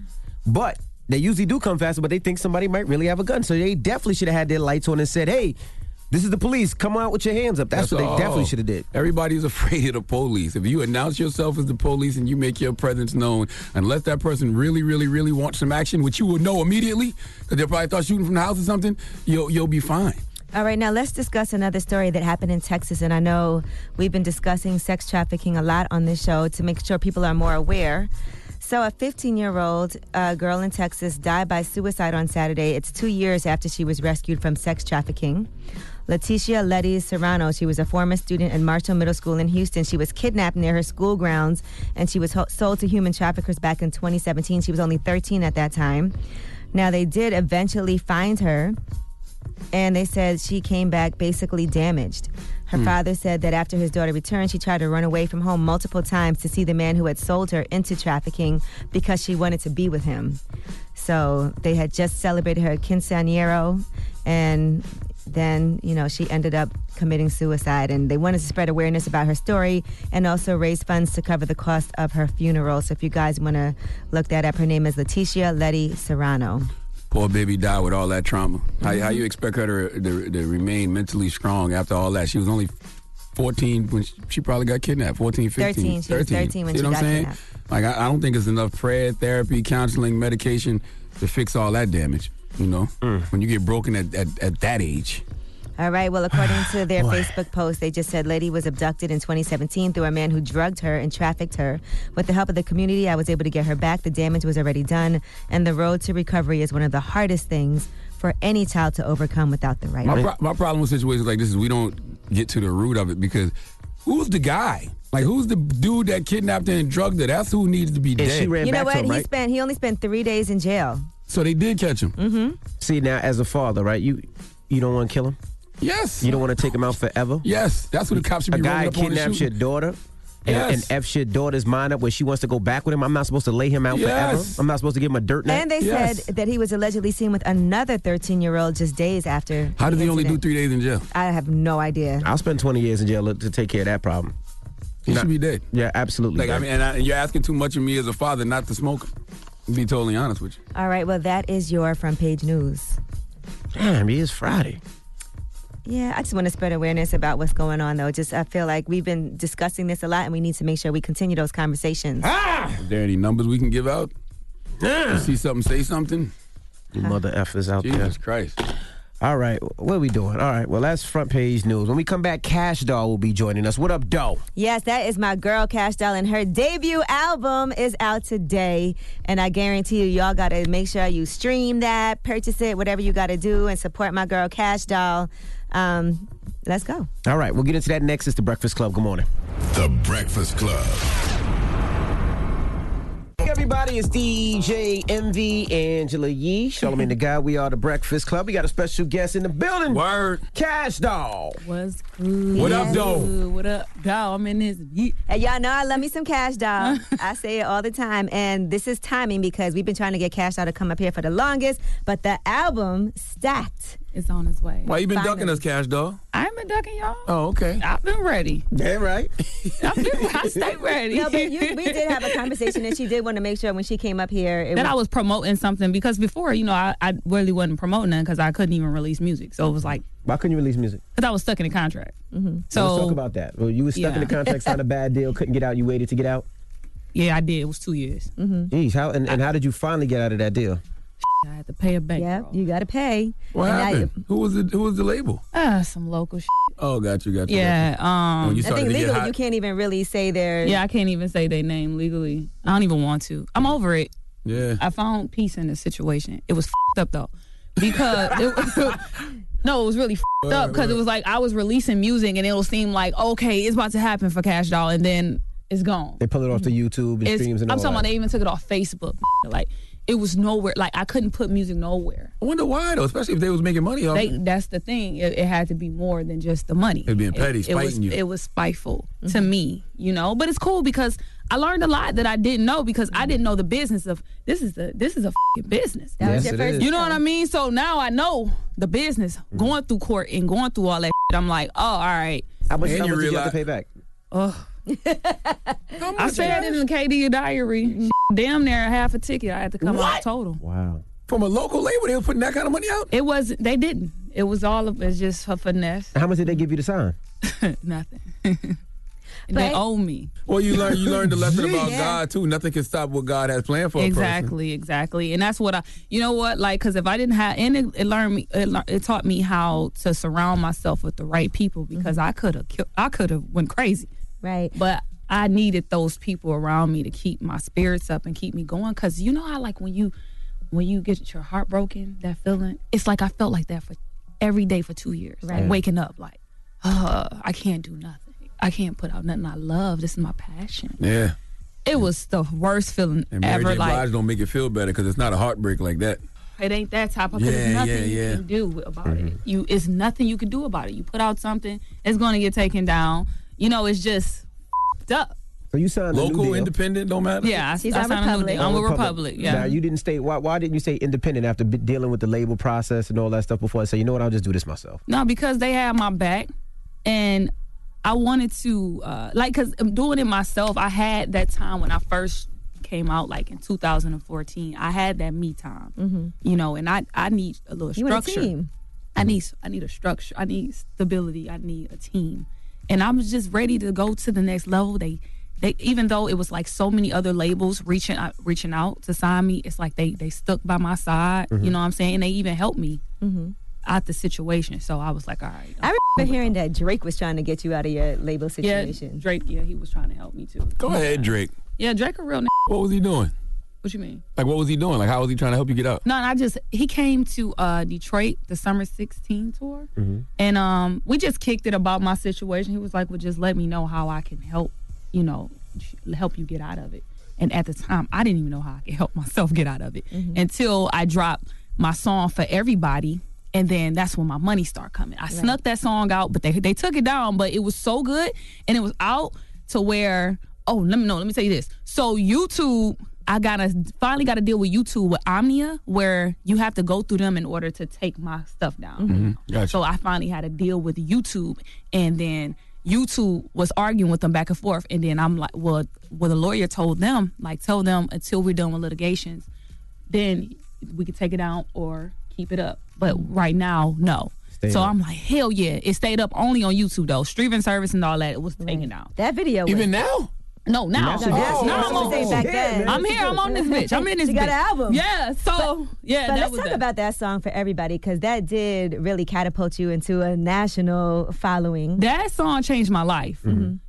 S4: but they usually do come faster, but they think somebody might really have a gun, so they definitely should have had their lights on and said, hey. This is the police. Come out with your hands up. That's, what they
S9: all.
S4: definitely should have did.
S9: oh. Everybody's afraid of the police. If you announce yourself as the police and you make your presence known, unless that person really, really, really wants some action, which you will know immediately, because they probably thought shooting from the house or something, you'll you'll be fine.
S3: All right, now let's discuss another story that happened in Texas. And I know we've been discussing sex trafficking a lot on this show to make sure people are more aware. So, a 15 year old uh, girl in Texas died by suicide on Saturday. It's two years after she was rescued from sex trafficking. Leticia Letty Serrano, she was a former student at Marshall Middle School in Houston. She was kidnapped near her school grounds and she was ho- sold to human traffickers back in 2017. She was only 13 at that time. Now, they did eventually find her and they said she came back basically damaged. Her
S17: Hmm.
S3: father said that after his daughter returned, she tried to run away from home multiple times to see the man who had sold her into trafficking because she wanted to be with him. So they had just celebrated her quinceañero, and then you know she ended up committing suicide. And they wanted to spread awareness about her story and also raise funds to cover the cost of her funeral. So if you guys want to look that up, her name is Leticia Letty Serrano.
S9: Poor baby died with all that trauma. How, how you expect her to, to, to remain mentally strong after all that? She was only 14 when she, she probably got kidnapped. 14, 15.
S3: 13. She was 13 when
S9: See
S3: she
S9: what
S3: got
S9: I'm saying?
S3: kidnapped.
S9: Like, I, I don't think it's enough prayer, therapy, counseling, medication to fix all that damage, you know? When you get broken at, at, at that age.
S3: All right. Well, according to their Facebook post, they just said Lady was abducted in 2017 through a man who drugged her and trafficked her. With the help of the community, I was able to get her back. The damage was already done, and the road to recovery is one of the hardest things for any child to overcome without the right.
S9: My,
S3: help.
S9: pro- my problem with situations like this is we don't get to the root of it because who's the guy? Like, who's the dude that kidnapped her and drugged her? That's who needs to be dead.
S3: you know what? He spent he only spent three days in jail.
S9: So they did catch him.
S3: Mm-hmm.
S4: See now, as a father, right? You you don't want to kill him.
S9: Yes.
S4: You don't want to take him out forever.
S9: Yes, that's what the cops should be
S4: A guy
S9: rolling up on and
S4: kidnaps your
S9: shooting.
S4: daughter. And,
S9: Yes.
S4: and f's your daughter's mind up where she wants to go back with him. I'm not supposed to lay him out forever.
S9: Yes.
S4: I'm not supposed to give him a dirt nap.
S3: And they said that he was allegedly seen with another 13 year old just days after.
S4: How
S3: the
S4: did he only do
S3: incident.
S9: three days in jail?
S3: I have no idea.
S4: I'll spend 20 years in jail to take care of that problem.
S9: He should be dead.
S4: Yeah, absolutely.
S9: Like, I mean, and, I, and you're asking too much of me as a father not to smoke. To be totally honest with you.
S3: All right. Well, that is your front page news.
S4: Damn, it is Friday.
S3: Yeah, I just want to spread awareness about what's going on, though. Just I feel like we've been discussing this a lot, and we need to make sure we continue those conversations.
S4: Ah!
S9: Is there any numbers we can give out? You see something, say something.
S3: Uh-huh.
S4: You mother effers out there.
S9: Jesus Christ.
S4: All right, what are we doing? All right, well, that's front page news. When we come back, Cash Doll will be joining us. What up, Doll?
S3: Yes, that is my girl Cash Doll, and her debut album is out today. And I guarantee you, y'all got to make sure you stream that, purchase it, whatever you got to do, and support my girl Cash Doll. Um, let's go.
S4: All right, we'll get into that next. It's The Breakfast Club. Good morning.
S2: The Breakfast Club.
S4: Hey, everybody, it's DJ MV Angela Yee, Charlamagne the Guy. We are the Breakfast Club. We got a special guest in the building.
S9: Word.
S4: Cash Doll.
S17: What's good?
S4: What up, though?
S17: What up, dog? I'm in this. Ye-
S3: And y'all know I love me some Cash Doll. I say it all the time. And this is timing because we've been trying to get Cash Doll to come up here for the longest, but the album, Stacked,
S17: is on its way.
S9: Why you been ducking us, Cash Doll?
S17: I ain't been ducking y'all.
S9: Oh, okay.
S17: I've been ready.
S4: Yeah, right.
S17: I stay ready.
S3: No, but you, we did have a conversation, and she did want to make sure when she came up here it
S17: that I was promoting something because before, you know, I, I really wasn't promoting nothing because I couldn't even release music. So it was like,
S4: Why couldn't you release music?
S17: because I was stuck in a contract. Mm-hmm. So
S4: Let's talk about that. Well, you were stuck in the
S17: Yeah.
S4: contract, signed a bad deal, couldn't get out. You waited to get out.
S17: Yeah, I did. It was two years. Mm-hmm.
S4: Jeez, how and, and how did you finally get out of that deal?
S17: I had to pay a bank.
S3: Yep, you gotta pay.
S9: What
S3: And now you-
S9: happened? Who was the Who was the label?
S17: Uh, some local shit.
S9: Oh, got you, got you.
S17: Yeah,
S9: got you. when you
S17: um, I
S3: I
S9: started
S3: think
S9: to get
S3: legally
S9: hot,
S3: you can't even really say their
S17: Yeah, I can't even say their name legally. I don't even want to. I'm over it.
S9: yeah.
S17: I found peace in the situation. It was fed up though, because it was, no, it was really fed up because it was like I was releasing music and it'll seem like okay, it's about to happen for Cash Doll, and then it's gone.
S4: They pull it off to YouTube and
S17: It's-
S4: streams and all
S17: I'm talking
S4: that.
S17: about they even took it off Facebook. Like it was nowhere. Like I couldn't put music nowhere.
S9: I wonder why though, especially if they was making money off.
S17: They, that's the thing. It, it had to be more than just the money.
S9: They being petty,
S17: it, it was,
S9: spiting you.
S17: It was spiteful to
S4: Mm-hmm.
S17: me, you know. But it's cool because I learned a lot that I didn't know because I didn't know the business of this is the this is a fing business.
S3: That was Yes, your it first is.
S17: You know what I mean? So now I know the business.
S9: Mm.
S17: Going through court and going through all that. shit, I'm like, oh, all right.
S4: How much, how much did you have to pay back?
S17: Ugh. I said it in KD diary. Damn near half a ticket I had to come
S9: What?
S17: out total.
S4: Wow.
S9: From a local label, they were putting that kind of money out.
S17: It was they didn't. It was all of it's just her finesse.
S4: How much did they give you to sign?
S17: Nothing. they owe me.
S9: Well, you learn you learn the lesson about
S17: Yeah.
S9: God too. Nothing can stop what God has planned for a person.
S17: exactly exactly and that's what i you know what like because if i didn't have and it, it learned me it, lear- it taught me how to surround myself with the right people because
S9: Mm-hmm.
S17: i could have i could have went crazy
S3: right
S17: but i needed those people around me to keep my spirits up and keep me going because you know how like when you when you get your heart broken that feeling it's like i felt like that for every day for two years
S3: Right.
S17: like waking up like uh, i can't do nothing i can't put out nothing i love this is my passion
S9: Yeah.
S17: it was the worst feeling
S9: And Mary
S17: ever
S9: J.
S17: like
S9: Blige don't make it feel better because it's not a heartbreak like that.
S17: It ain't that type of because
S9: Yeah,
S17: there's nothing
S9: yeah, yeah.
S17: you can do about it. You it's nothing you can do about it. You put out something, it's gonna get taken down. You know, it's just fed up.
S4: So you signed a new
S9: Local,
S4: deal.
S9: independent, don't matter.
S17: Yeah, I- She's I on signed a new Republic. deal. I'm with Republic, yeah.
S4: Now you didn't stay. Why? Why didn't you say independent after b- dealing with the label process and all that stuff before? I say, you know what? I'll just do this myself.
S17: No, because they had my back, and I wanted to uh, like because I'm doing it myself. I had that time when I first came out, like in 2014. I had that me time, you know, and I I need a little
S3: You want a
S17: structure.
S3: team.
S17: I need I need a structure. I need stability. I need a team, and I'm just ready to go to the next level. They. They, even though it was like so many other labels reaching out, reaching out to sign me, it's like they they stuck by my side.
S3: Mhm.
S17: You know what I'm saying? And they even helped me
S3: Mm-hmm.
S17: out the situation. So I was like, all right. Oh
S3: I remember hearing that Drake was trying to get you out of your label situation.
S17: Yeah, Drake. Yeah, he was trying to help me too.
S9: Go ahead, Drake.
S17: Yeah, Drake a real. N-
S9: What was he doing?
S17: what you mean?
S9: Like, what was he doing? Like, how was he trying to help you get out?
S17: No, and I just he came to uh Detroit the summer '16 tour,
S9: Mhm.
S17: and um we just kicked it about my situation. He was like, "Well, just let me know how I can help. You know, sh- help you get out of it." And at the time, I didn't even know how I could help myself get out of it until I dropped my song for everybody. And then that's when my money started coming. I snuck that song out, but they they took it down. But it was so good, and it was out to where oh let me know let me tell you this. So YouTube, I gotta finally got to deal with YouTube with Omnia, where you have to go through them in order to take my stuff down.
S9: Mhm. Gotcha.
S17: So I finally had to deal with YouTube, and then YouTube was arguing with them back and forth, and then I'm like, well, well, the lawyer told them like tell them until we're done with litigations, then we can take it down or keep it up. But right now, no.
S3: Stay
S17: so
S3: up.
S17: I'm like, hell yeah! It stayed up only on YouTube though, streaming service and all that. It was taken down.
S3: That video.
S17: Even
S9: now?
S17: No, now.
S3: Now she got it.
S17: now
S3: That's
S17: I'm
S3: what I'm
S17: on.
S3: saying, back then.
S17: I'm here. I'm on this bitch. I'm in this.
S3: She got
S17: bitch.
S3: an album.
S17: Yeah. So
S3: But-
S17: yeah,
S3: but
S17: that
S3: let's
S17: was
S3: talk
S17: that.
S3: about that song for everybody because that did really catapult you into a national following.
S17: That song changed my life.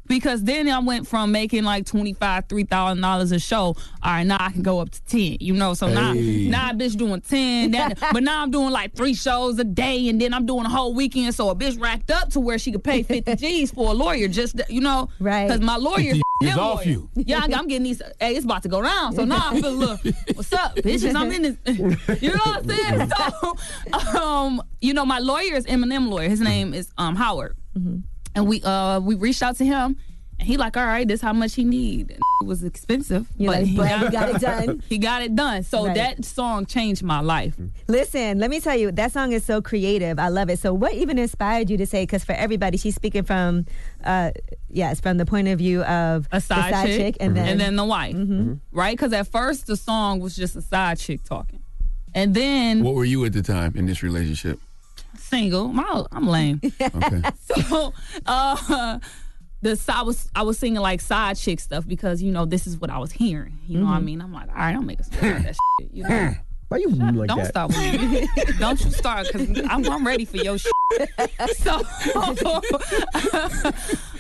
S17: Because then I went from making like twenty five, three thousand dollars a show. All right, now I can go up to ten. You know, so now,
S20: Hey.
S17: now a bitch doing ten. That, but now I'm doing like three shows a day, and then I'm doing a whole weekend. So a bitch racked up to where she could pay fifty G's for a lawyer. Just to- you know, right? Because my lawyer
S9: 50
S17: them
S9: is off you.
S17: Yeah, I- I'm getting these. Hey, it's about to go down. So now I feel a little. What's up, bitches? I'm in this. You know what I'm saying? So, um, you know, my lawyer is Eminem lawyer. His name is um Howard, and we uh we reached out to him, and he like, all right, this how much he need. And it was expensive, but
S3: like,
S17: he,
S3: but he got it done.
S17: He got it done. So
S3: Right.
S17: that song changed my life.
S3: Listen, let me tell you, that song is so creative. I love it. So, what even inspired you to say? Because for everybody, she's speaking from, uh, yes, from the point of view of
S17: a side,
S3: the side
S17: chick,
S3: chick, and then Mm-hmm.
S17: the wife,
S4: Mm-hmm.
S17: right? Because at first the song was just a side chick talking, and then
S9: What were you at the time in this relationship?
S17: single. My, I'm lame. so uh, the si- I was I was singing like side chick stuff because you know this is what I was hearing. You know what I
S3: Mm-hmm.
S20: Mhm.
S17: mean? I'm like, all right, I'll make a song about that shit. You know?
S4: Why you like
S17: Don't
S4: that?
S17: start with me. Don't you start because I'm, I'm ready for your shit. So,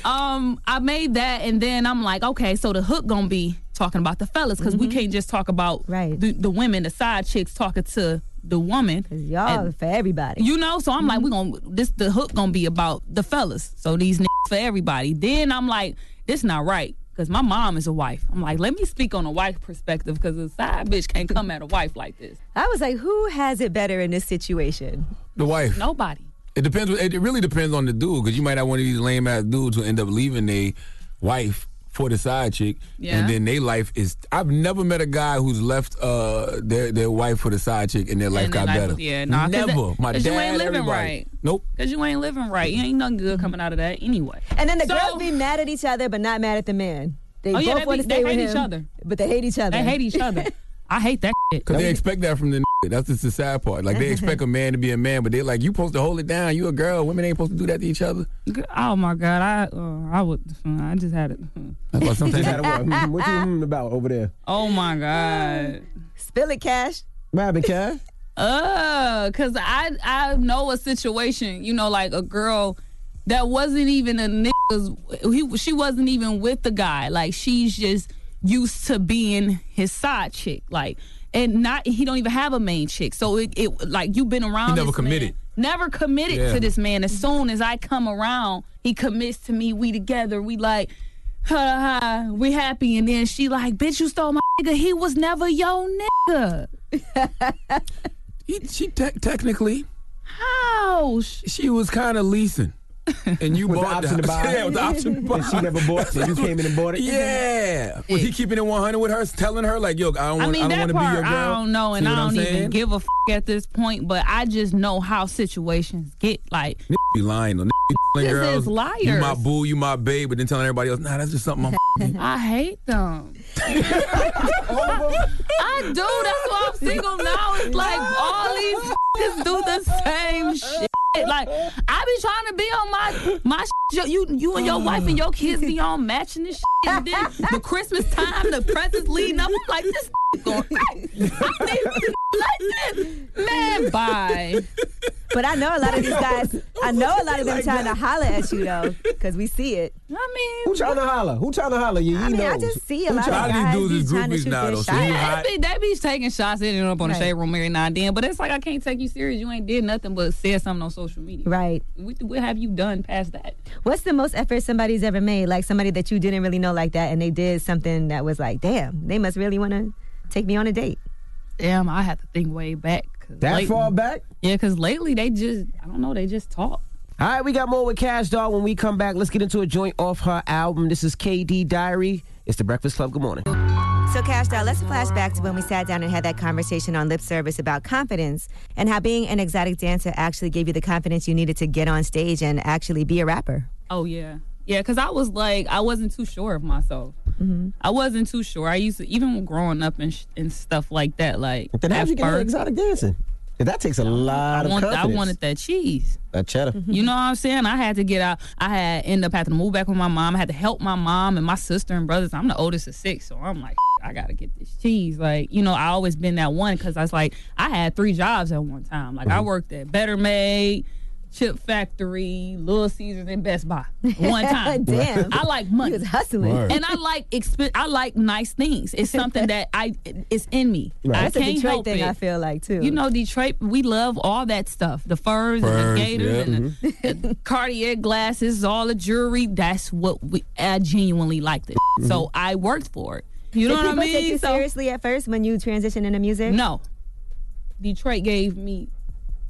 S17: um, I made that, and then I'm like, okay, so the hook gonna be talking about the fellas because
S3: Mm-hmm.
S17: we can't just talk about the, the women, the side chicks talking to the woman.
S3: y'all for everybody. Mm-hmm.
S17: You know, so I'm like, we gonna this the hook gonna be about the fellas. So these n- for everybody. Then I'm like, this not right. Cause my mom is a wife. I'm like, let me speak on a wife perspective, cause a side bitch can't come at a wife like this.
S3: I was like, who has it better in this situation?
S9: The wife.
S17: Nobody.
S9: It depends. It really depends on the dude because you might have one of these lame ass dudes who end up leaving their wife for the side chick,
S17: Yeah.
S9: and then their life is. I've never met a guy who's left uh, their their wife for the side chick and their life
S17: their
S9: got
S17: life-
S9: better.
S17: yeah, nah, 'cause
S9: never.
S17: that-
S9: My
S17: 'cause
S9: dad,
S17: you ain't living
S9: everybody.
S17: right.
S9: Nope.
S17: Cause you ain't living right. You ain't nothing good coming out of that anyway.
S3: And then the
S17: So-
S3: girls be mad at each other, but not mad at the man. They
S17: Oh,
S3: both
S17: yeah, they be-
S3: want to
S17: they
S3: stay with
S17: hate each
S3: him,
S17: other.
S3: but they hate each other.
S17: They hate each other. I hate that shit.
S9: Cause they expect that from the n- that's just the sad part. Like they expect a man to be a man, but they're like, you supposed to hold it down. You a girl. Women ain't supposed to do that to each other.
S17: Oh my god, I uh, I would I just had it.
S9: That's why
S4: You
S9: sometimes
S4: gotta what? Hmm, what you hmm about over there?
S17: Oh my god.
S3: Spill it, Cash.
S4: What happened, Cash?
S17: Uh, cause I I know a situation, you know, like a girl that wasn't even a nigga's. He she wasn't even with the guy. Like she's just used to being his side chick. Like and not he don't even have a main chick. So it, it like you've been around.
S9: He never
S17: this man,
S9: committed.
S17: never committed
S9: Yeah.
S17: to this man. As soon as I come around, he commits to me. We together. We like. Ha, ha, we happy and then she like bitch you stole my nigga he was never your nigga
S9: He, she te- technically.
S17: How?
S9: She was kind of leasing. And you
S4: With the
S9: bought
S4: option to buy.
S9: Yeah, with the option to buy.
S4: And she never bought it, so you came in and bought it?
S9: Yeah. Was he keeping it 100 with her, telling her, like, yo, I don't
S17: I
S9: want to
S17: mean that
S9: be your
S17: part
S9: girl?
S17: I don't know, and
S9: See
S17: I
S9: what I'm
S17: don't even
S9: saying?
S17: give a f- at this point. But I just know how situations get. Like
S9: be lying. though. Be telling
S17: This
S9: girls,
S17: is liars.
S9: You my boo, you my babe, but then telling everybody else, nah, that's just something I'm
S17: I hate them. I do. That's why I'm single now. It's like all these f- do the same shit. Like I be trying to be on my my shit. You you and your wife and your kids be on matching this shit. And then the Christmas time, the presents leading up. I'm like this going. I need to like this. Man, bye.
S3: But I know a lot of these guys. I know a lot of them trying to holler at you though, because we see it.
S17: I
S4: mean, who trying to holler? Who trying to holler? Yeah,
S3: I
S4: he
S3: mean, I
S4: knows.
S3: just see a
S4: Who
S3: lot of
S4: trying-
S3: guys
S9: these dudes
S3: be
S9: is
S3: trying to
S9: groupies
S3: shoot
S9: now,
S3: their
S9: though, so
S3: shot.
S9: you
S17: Yeah, they be, they be taking shots ending up on the shade room every now and then. But it's like I can't take you serious. You ain't did nothing but said something on social media.
S3: Right.
S17: What, what have you done past that?
S3: What's the most effort somebody's ever made? Like somebody that you didn't really know like that, and they did something that was like, damn, they must really want to take me on a date.
S17: Damn, I have to think way back.
S4: That far back?
S17: Yeah, because lately they just I don't know they just talk.
S4: All right, we got more with Cash Doll. When we come back, let's get into a joint off her album. This is KD Diary. It's the Breakfast Club. Good morning.
S3: So, Cash Doll, let's flash back to when we sat down and had that conversation on lip service about confidence and how being an exotic dancer actually gave you the confidence you needed to get on stage and actually be a rapper.
S17: Oh yeah, yeah. Because I was like I wasn't too sure of myself.
S3: Mm-hmm.
S17: I wasn't too sure. I used to even growing up and sh- and stuff like that. Like
S4: Then how'd
S17: at
S4: you get into
S17: first,
S4: exotic dancing? 'Cause That takes a lot
S17: I,
S4: of
S17: want, I
S4: confidence.
S17: wanted Mm-hmm. that cheese.
S4: a cheddar.
S17: You know what I'm saying? I had to get out. I had end up having to move back with my mom. I had to help my mom and my sister and brothers. I'm the oldest of six, so I'm like, I gotta get this cheese. Like, you know, I always been that one because I was like, I had three jobs at one time. Like, I
S3: Mm-hmm.
S17: worked at Better Made, Chip Factory, Little Caesars, and Best Buy. One time,
S3: Damn.
S17: I like money.
S3: You was hustling. Word.
S17: and I like exp- I like nice things. It's something that I it's in me. I
S3: That's a
S17: can't
S3: Detroit
S17: help
S3: thing,
S17: it.
S3: I feel like, too.
S17: You know, Detroit, we love all that stuff. The furs, and
S3: Furs,
S17: the gators
S3: yeah.
S17: and
S4: Mm-hmm.
S17: the, the Cartier glasses, all the jewelry. That's what we I genuinely like this.
S3: Mm-hmm.
S17: shit. So I worked for it. You know
S3: Did
S17: what I
S3: people
S17: mean?
S3: Take you
S17: So-
S3: seriously at first when you transitioned into music?
S17: No. Detroit gave me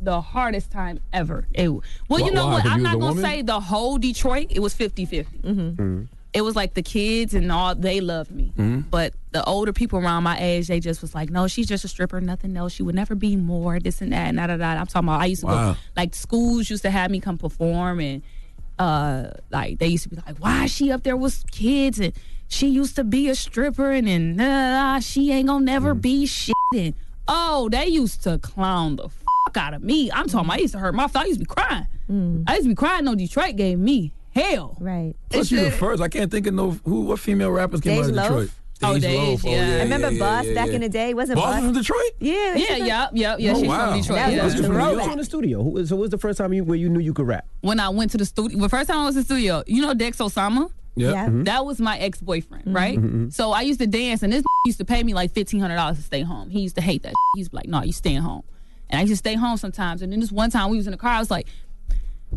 S17: the hardest time ever. It- well,
S3: Why-
S17: you know
S3: why?
S17: what?
S3: 'Cause
S17: I'm
S3: you
S17: not
S3: was
S17: going
S3: a
S17: to
S3: woman? Mm-hmm. Hmm.
S17: say the whole Detroit. It was 50 50. It was like the kids and all, they loved me.
S9: Mm-hmm.
S17: But the older people around my age, they just was like, no, she's just a stripper, nothing else. She would never be more, this and that, and da da da. I'm talking about, I used to
S19: Wow.
S17: go, like, schools used to have me come perform, and uh, like, they used to be like, why is she up there with kids? And she used to be a stripper, and then da, da, da, she ain't gonna never be shit. And oh, they used to clown the fuck out of me. I'm talking about, I used to hurt my, I used to be crying. I used to be crying, no, Detroit gave me hell.
S3: Mm. Right.
S9: Plus, you the first. I can't think of no who what female rappers came
S17: Dej
S9: out of
S17: Loaf?
S9: Detroit.
S17: Oh,
S9: Stage
S17: they
S9: Loaf.
S17: is,
S9: Oh,
S17: yeah.
S9: yeah,
S3: I remember
S9: yeah,
S3: Boss
S9: yeah,
S3: back
S9: yeah.
S3: in the day. Wasn't
S9: Boss
S3: Boss,
S9: from Detroit?
S3: Yeah,
S17: Yeah, yeah, yeah, yeah.
S4: Oh,
S17: she's
S4: wow.
S17: from Detroit.
S4: That
S17: yeah.
S4: was the you was in the studio. Who was, so what was the first time you where you knew you could rap?
S17: when I went to the studio, the first time I was in the studio, you know Dex Osama?
S4: Yep. Yeah. Mhm.
S17: That was my ex boyfriend, right?
S4: Mhm.
S17: So I used to dance, and this used to pay me like $1,500 to stay home. He used to hate that. He used to be like, no, you staying home. And I used to stay home sometimes. And then this one time we was in the car, I was like,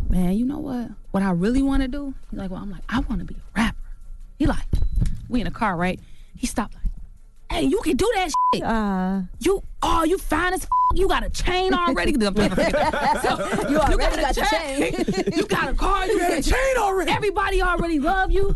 S17: man, you know what? What I really want to do? He's like, well, I'm like, I want to be a rapper. He like, we in the car, right? He stopped like, hey, you can do that shit.
S19: Uh.
S17: you, oh, you fine as f- You got a chain already. I'm never forget that. so,
S19: You already got
S17: a
S19: the chain.
S17: you got a car. You,
S19: You got a chain
S17: already. Everybody already love you.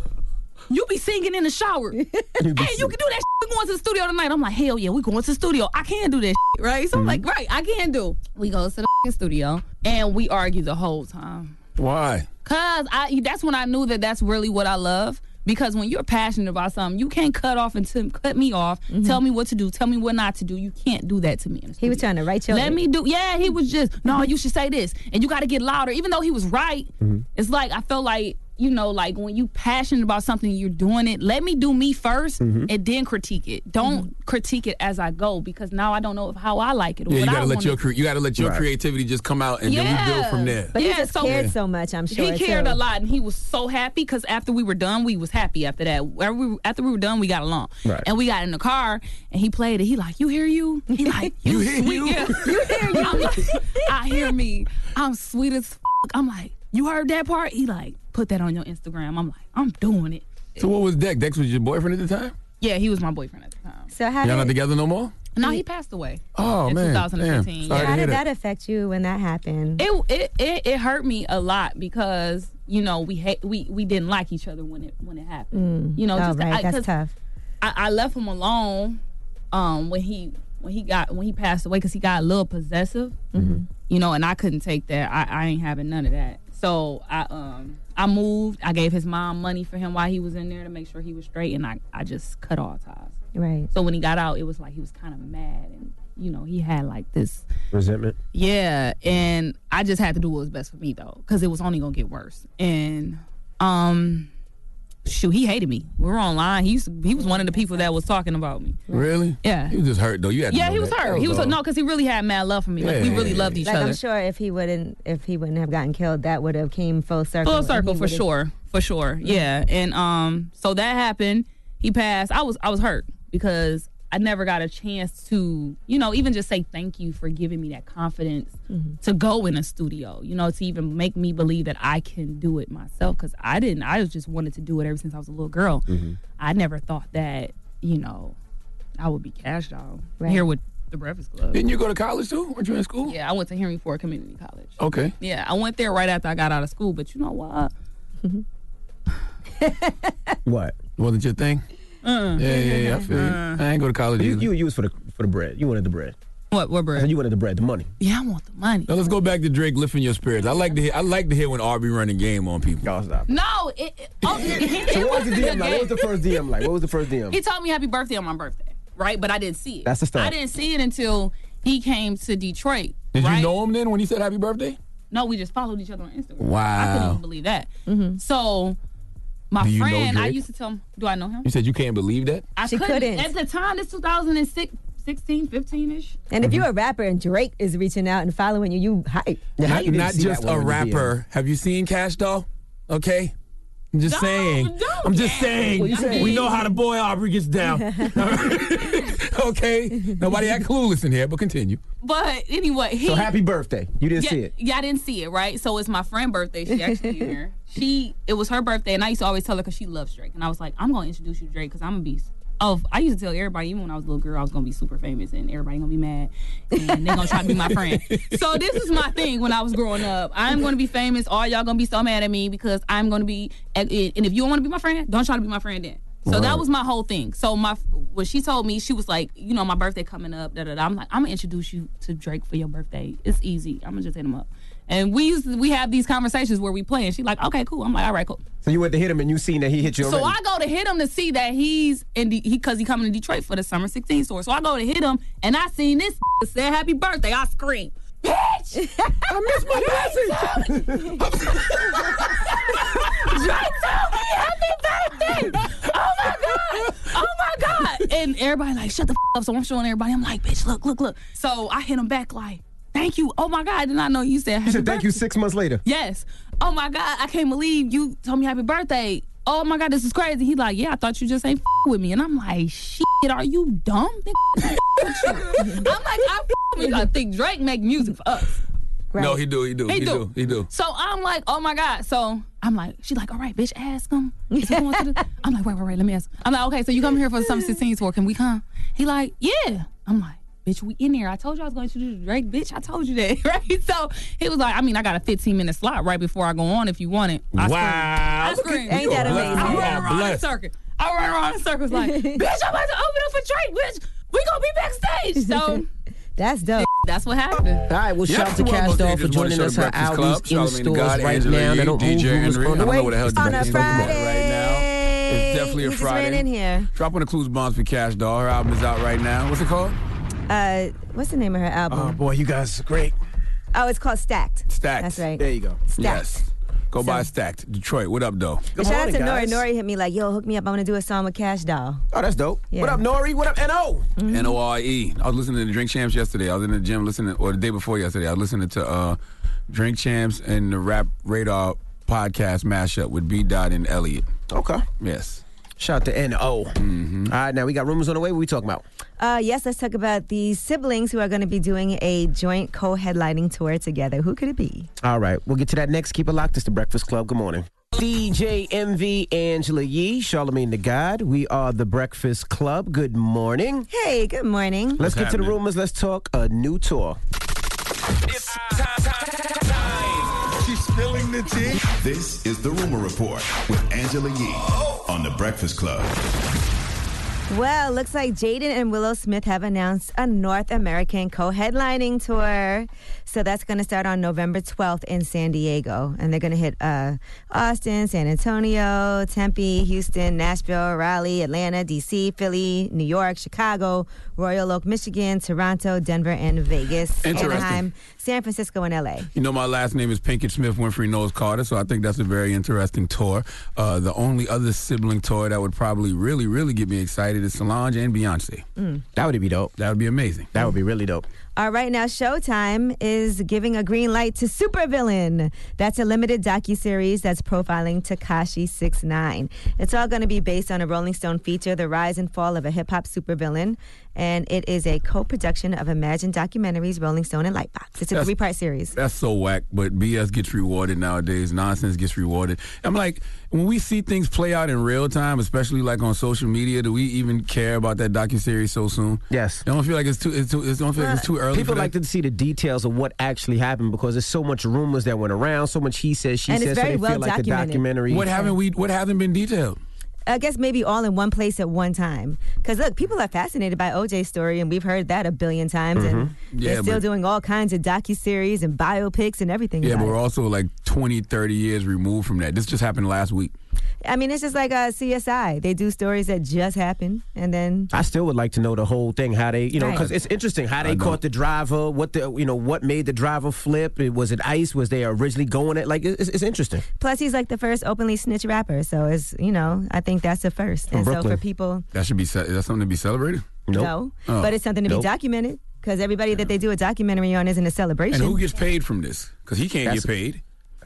S17: You be singing in the shower. hey, you can do that. Shit. We going to the studio tonight. I'm like, hell yeah, we going to the studio. I can do that, shit, right? So I'm
S19: Mm-hmm.
S17: like, right, I can do. We go to the f***ing studio and we argue the whole time.
S9: Why?
S17: Cause I that's when I knew that that's really what I love. Because when you're passionate about something, you can't cut off and t- cut me off. Tell me what to do. Tell me what not to do. You can't do that to me. He was
S3: trying to write your.
S17: Let me do. Yeah, he was just no. You should say this, and you got to get louder. Even though he was right,
S16: Mm-hmm.
S17: it's like I felt like you know, like when you passionate about something, you're doing it. Let me do me 1st
S9: Mhm.
S17: and then critique it. Don't critique it as I go because now I don't know if- how I like it. Or
S9: Yeah, you
S17: what
S9: gotta
S17: I
S9: let
S17: wanna
S9: your cre- you gotta let your
S17: Right.
S9: creativity just come out, and then we build from there.
S3: But
S17: Yeah,
S3: he just
S17: so-
S3: cared
S17: Yeah.
S3: so much, I'm sure.
S17: he cared
S3: too.
S17: a lot, and he was so happy because after we were done, we was happy after that. After we, after we were done, we got along,
S19: Right.
S17: and we got in the car, and he played it. He like, you hear you? He like, you, hear you? you hear you? I'm like, I hear me. I'm sweet as. F-. I'm like, you heard that part? He like, put that on your Instagram. I'm like, I'm doing it.
S9: So what was Dex? Dex was your boyfriend at the time?
S17: Yeah, he was my boyfriend at the time.
S3: So how
S9: Y'all
S3: did,
S9: not together no more?
S17: No, he passed away.
S9: Oh,
S17: in
S9: man.
S17: 2015.
S9: Damn. Sorry
S17: Yeah.
S9: to
S3: how
S9: hear
S3: did
S9: that.
S3: that affect you when that happened?
S17: It, it it it hurt me a lot because you know we hate we we didn't like each other when it when it happened.
S3: Mm.
S17: You know,
S3: Oh,
S17: just
S3: right.
S17: I,
S3: That's
S17: 'cause
S3: tough.
S17: I, I left him alone um, when he when he got when he passed away because he got a little possessive, you know, and I couldn't take that. I, I ain't having none of that. So I um I moved. I gave his mom money for him while he was in there to make sure he was straight, and I I just cut all ties.
S3: Right.
S17: So when he got out, it was like he was kind of mad, and you know he had like this
S4: Resentment.
S17: yeah, and I just had to do what was best for me though, because it was only gonna get worse. And um, shoot, he hated me. We were online. He used to, he was one of the people that was talking about me.
S9: Really?
S17: Yeah.
S9: He was just hurt though. You had to
S17: yeah,
S9: know
S17: he was
S9: that.
S17: hurt.
S9: That
S17: He was
S9: all.
S17: no, because he really had mad love for me. like we
S9: Yeah,
S17: really
S9: yeah,
S17: loved each
S3: like,
S17: other.
S3: I'm sure if he wouldn't, if he wouldn't have gotten killed, that would have came full circle.
S17: Full
S3: and
S17: circle
S3: he Mm-hmm.
S17: for
S3: would've-
S17: sure, for sure. Yeah, and um, so that happened. He passed. I was I was hurt because I never got a chance to, you know, even just say thank you for giving me that confidence
S3: Mm-hmm.
S17: to go in a studio, you know, to even make me believe that I can do it myself. Because I didn't. I just wanted to do it ever since I was a little girl.
S6: Mm-hmm.
S17: I never thought that, you know, I would be cashed out
S9: Right.
S17: here with the Breakfast Club.
S9: Didn't you go to college too? Weren't you in school?
S17: Yeah, I went to Henry Ford Community College.
S9: Okay.
S17: Yeah, I went there right after I got out of school, but you know what?
S4: What?
S9: Wasn't your thing?
S17: Uh,
S9: Yeah, yeah, yeah. I feel you. I ain't go to college
S4: You,
S9: either.
S4: you used for the for the bread. You wanted the bread.
S17: What? What bread?
S4: you wanted the bread, the money.
S17: Yeah, I want the money.
S9: Now let's go back to Drake lifting your spirits. I like to hear. I like to hear when Arby running game on people.
S4: Y'all stop.
S17: No, it, it, oh, it, it
S4: So what was
S17: wasn't
S4: the
S17: a
S4: DM
S17: good
S4: like? What was the
S17: game.
S4: first DM like? What was the first DM?
S17: He told me happy birthday on my birthday, right? But I didn't see it.
S4: That's the start.
S17: I didn't see it until he came to Detroit.
S9: Did
S17: right?
S9: you know him then when he said happy birthday?
S17: No, we just followed each other on Instagram. I couldn't
S9: Wow.
S17: even believe that. So, my
S9: Do you know
S17: friend, I
S9: Drake?
S17: used to tell him, Do I know him?
S9: You said you can't believe that.
S17: I
S3: She couldn't.
S17: At the time, this 2006, 16, 15 ish.
S3: And if you're a rapper and Drake is reaching out and following you, you hype.
S9: Mm-hmm. not not just a rapper. Have you seen Cash Doll? Okay. I'm just saying. I'm just saying.
S19: What you saying?
S9: We know how the boy Aubrey gets down. okay. Nobody act clueless in here, but continue.
S17: But anyway, he.
S4: So happy birthday. You didn't
S17: yeah,
S4: see it.
S17: Yeah, I didn't see it, right? So it's my friend's birthday. She actually here. She it was her birthday, and I used to always tell her because she loves Drake, and I was like, I'm gonna introduce you to Drake because I'm gonna be. Oh, I used to tell everybody, even when I was a little girl, I was gonna be super famous, and everybody gonna be mad, and they're gonna try to be my friend. So this is my thing when I was growing up. I'm gonna be famous. All y'all gonna be so mad at me because I'm gonna be. And and if you don't want to be my friend, don't try to be my friend then. So that
S19: Right.
S17: was my whole thing. So my when she told me she was like, you know, my birthday coming up. Da, da, da. I'm like, I'm gonna introduce you to Drake for your birthday. It's easy. I'm gonna just hit him up. And we used to- we have these conversations where we play, and she like, okay, cool. I'm like, all right, cool.
S4: So you went to hit him and you seen that he hit you.
S17: So
S4: already.
S17: I go to hit him to see that he's in the, he because he coming to Detroit for the summer 16 tour. So I go to hit him, and I seen this said happy birthday. I scream, bitch! I missed my message. Drake told me happy birthday. Oh my god! Oh my god! and everybody like, shut the f- up. So I'm showing everybody. I'm like, bitch, look, look, look. So I hit him back like, thank you. Oh my God, I did not know you said
S4: You
S17: happy
S4: said thank you six months later.
S17: Yes. Oh my God, I can't believe you told me happy birthday. Oh my God, this is crazy. He like, yeah, I thought you just ain't f- with me, and I'm like, shit, are you dumb? Nigga, with you. I'm like, I f- with you. I think Drake make music for us.
S9: No, he do, he do, he, do. he do.
S17: So I'm like, oh my God. So I'm like, she like, all right, bitch, ask him. Is he going to the-" I'm like, wait, wait, wait, let me ask. I'm like, okay, so you come here for the Summer 16 tour. Can we come? He like, yeah. I'm like, bitch, we in there. I told you I was going to do Drake, bitch. I told you that, right? So he was like, I mean, I got a 15 minute slot right before I go on if you want it. I
S9: Wow.
S17: Screamed. I screamed.
S9: Ain't that You are amazing? blessed.
S17: I
S9: You
S17: ran
S9: are
S17: around in
S9: blessed.
S17: circles. I ran around in circles like, bitch, I'm about to open up for Drake, bitch. We gonna be backstage. So
S3: that's dope.
S17: That's what happened.
S4: All right, well, shout out to Cash Doll for joining us. Her albums in stores right
S9: Angela
S4: now.
S9: Yee,
S4: They don't own
S9: DJ
S4: who's
S9: Henry. I
S4: on the
S9: don't know what the
S4: way.
S9: hell you
S3: on a
S9: talking about right now. It's definitely a
S3: he
S9: Friday.
S3: Just ran in here.
S9: Dropping the clues bombs for Cash Doll. Her album is out right now. What's it called?
S3: Uh, what's the name of her album?
S9: Oh boy, you guys are great.
S3: Oh, it's called Stacked.
S9: Stacked.
S3: That's right.
S9: There you go.
S3: Stacked.
S9: Yes. Go buy Stacked. Detroit. What up, though?
S3: And shout out to Nori. Nori hit me like, yo, hook me up. I want to do a song with Cash Doll.
S4: Oh, that's dope.
S3: Yeah. Mm-hmm.
S4: What up, Nori? What up, No?
S9: N O R E. I was listening to Drink Champs yesterday. I was in the gym listening, or the day before yesterday. I was listening to uh, Drink Champs and the Rap Radar podcast mashup with B Dot and Elliot.
S4: Okay.
S9: Yes.
S4: Shout out to
S17: oh.
S4: N.O. Mm-hmm. All right, now we got rumors on the way. What we talking about?
S3: Uh, yes, let's talk about the siblings who are going to be doing a joint co-headlining tour together. Who could it be?
S4: All right, we'll get to that next. Keep it locked. It's the Breakfast Club. Good morning. DJ MV Angela Yee, Charlemagne the God. We are the Breakfast Club. Good morning.
S3: Hey, good morning.
S4: Let's get to the rumors. Let's talk a new tour.
S2: She's spilling the tea. This is the Rumor Report with Angela Yee on The Breakfast Club.
S3: Well, looks like Jaden and Willow Smith have announced a North American co headlining tour. So that's going to start on November 12th in San Diego. And they're going to hit uh, Austin, San Antonio, Tempe, Houston, Nashville, Raleigh, Atlanta, D.C., Philly, New York, Chicago, Royal Oak, Michigan, Toronto, Denver, and Vegas.
S9: Interesting.
S3: Anaheim, San Francisco, and L.A.
S9: You know, my last name is Pinkett Smith Winfrey Knowles Carter, so I think that's a very interesting tour. Uh, the only other sibling tour that would probably really, really get me excited is Solange and Beyonce.
S3: Mm.
S4: That would be dope.
S9: That would be amazing.
S4: That would be really dope.
S3: All right, now Showtime is giving a green light to Supervillain. That's a limited docu-series that's profiling Takashi 69. It's all going to be based on a Rolling Stone feature, The Rise and Fall of a Hip Hop Supervillain, and it is a co-production of Imagine Documentaries, Rolling Stone, and Lightbox. It's a
S9: That's-
S3: three-part series.
S9: That's so whack, but BS gets rewarded nowadays. Nonsense gets rewarded. I'm like, when we see things play out in real time, especially like on social media, do we even care about that docuseries so soon?
S4: Yes.
S9: I don't feel like it's too. It's too. It's, don't feel like it's too early.
S4: People
S9: for
S4: like
S9: that.
S4: to see the details of what actually happened because there's so much rumors that went around, so much he says, she
S3: And it's
S4: says, so
S3: very
S4: they
S3: well
S4: feel like
S3: documented.
S4: the documentary.
S9: What haven't we? What haven't been detailed?
S3: I guess maybe all in one place at one time. Because look, people are fascinated by OJ's story, and we've heard that a billion times, and
S9: Mhm. Yeah,
S3: they're still
S9: but-
S3: doing all kinds of docu-series and biopics and everything.
S9: Yeah,
S3: about
S9: but
S3: it.
S9: we're also like 20, 30 years removed from that. This just happened last week.
S3: I mean, it's just like uh, CSI. They do stories that just happen, and then
S4: I still would like to know the whole thing, how they, you know,
S3: Right.
S4: because it's interesting how
S9: I
S4: they
S9: know.
S4: caught the driver, what the, you know, what made the driver flip. It- Was it ice? Was they originally going at like? It's, it's interesting.
S3: plus he's like the first openly snitch rapper, so it's you know I think that's the first.
S9: From
S3: and so
S9: Oh, Brooklyn.
S3: for people,
S9: That should be. ce- Is that something to be celebrated?
S3: no, but it's something to
S9: Oh. Nope.
S3: be documented because everybody that they do a documentary on isn't a celebration.
S9: And who gets paid from this? Because he can't
S3: That's-
S9: get paid.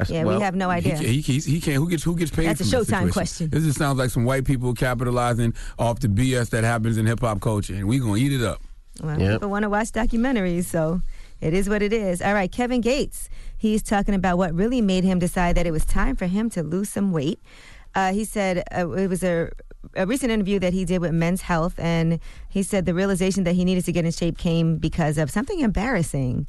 S3: Yeah, we well, have no idea.
S9: He, he, he can't. Who gets who gets paid?
S3: That's a
S9: from this
S3: Showtime
S9: situation?
S3: question.
S9: This just sounds like some white people capitalizing off the BS that happens in hip hop culture, and we gonna eat it up.
S3: Well, people want to watch documentaries, so it is what it is. All right, Kevin Gates. He's talking about what really made him decide that it was time for him to lose some weight. Uh, he said uh, it was a, a recent interview that he did with Men's Health, and he said the realization that he needed to get in shape came because of something embarrassing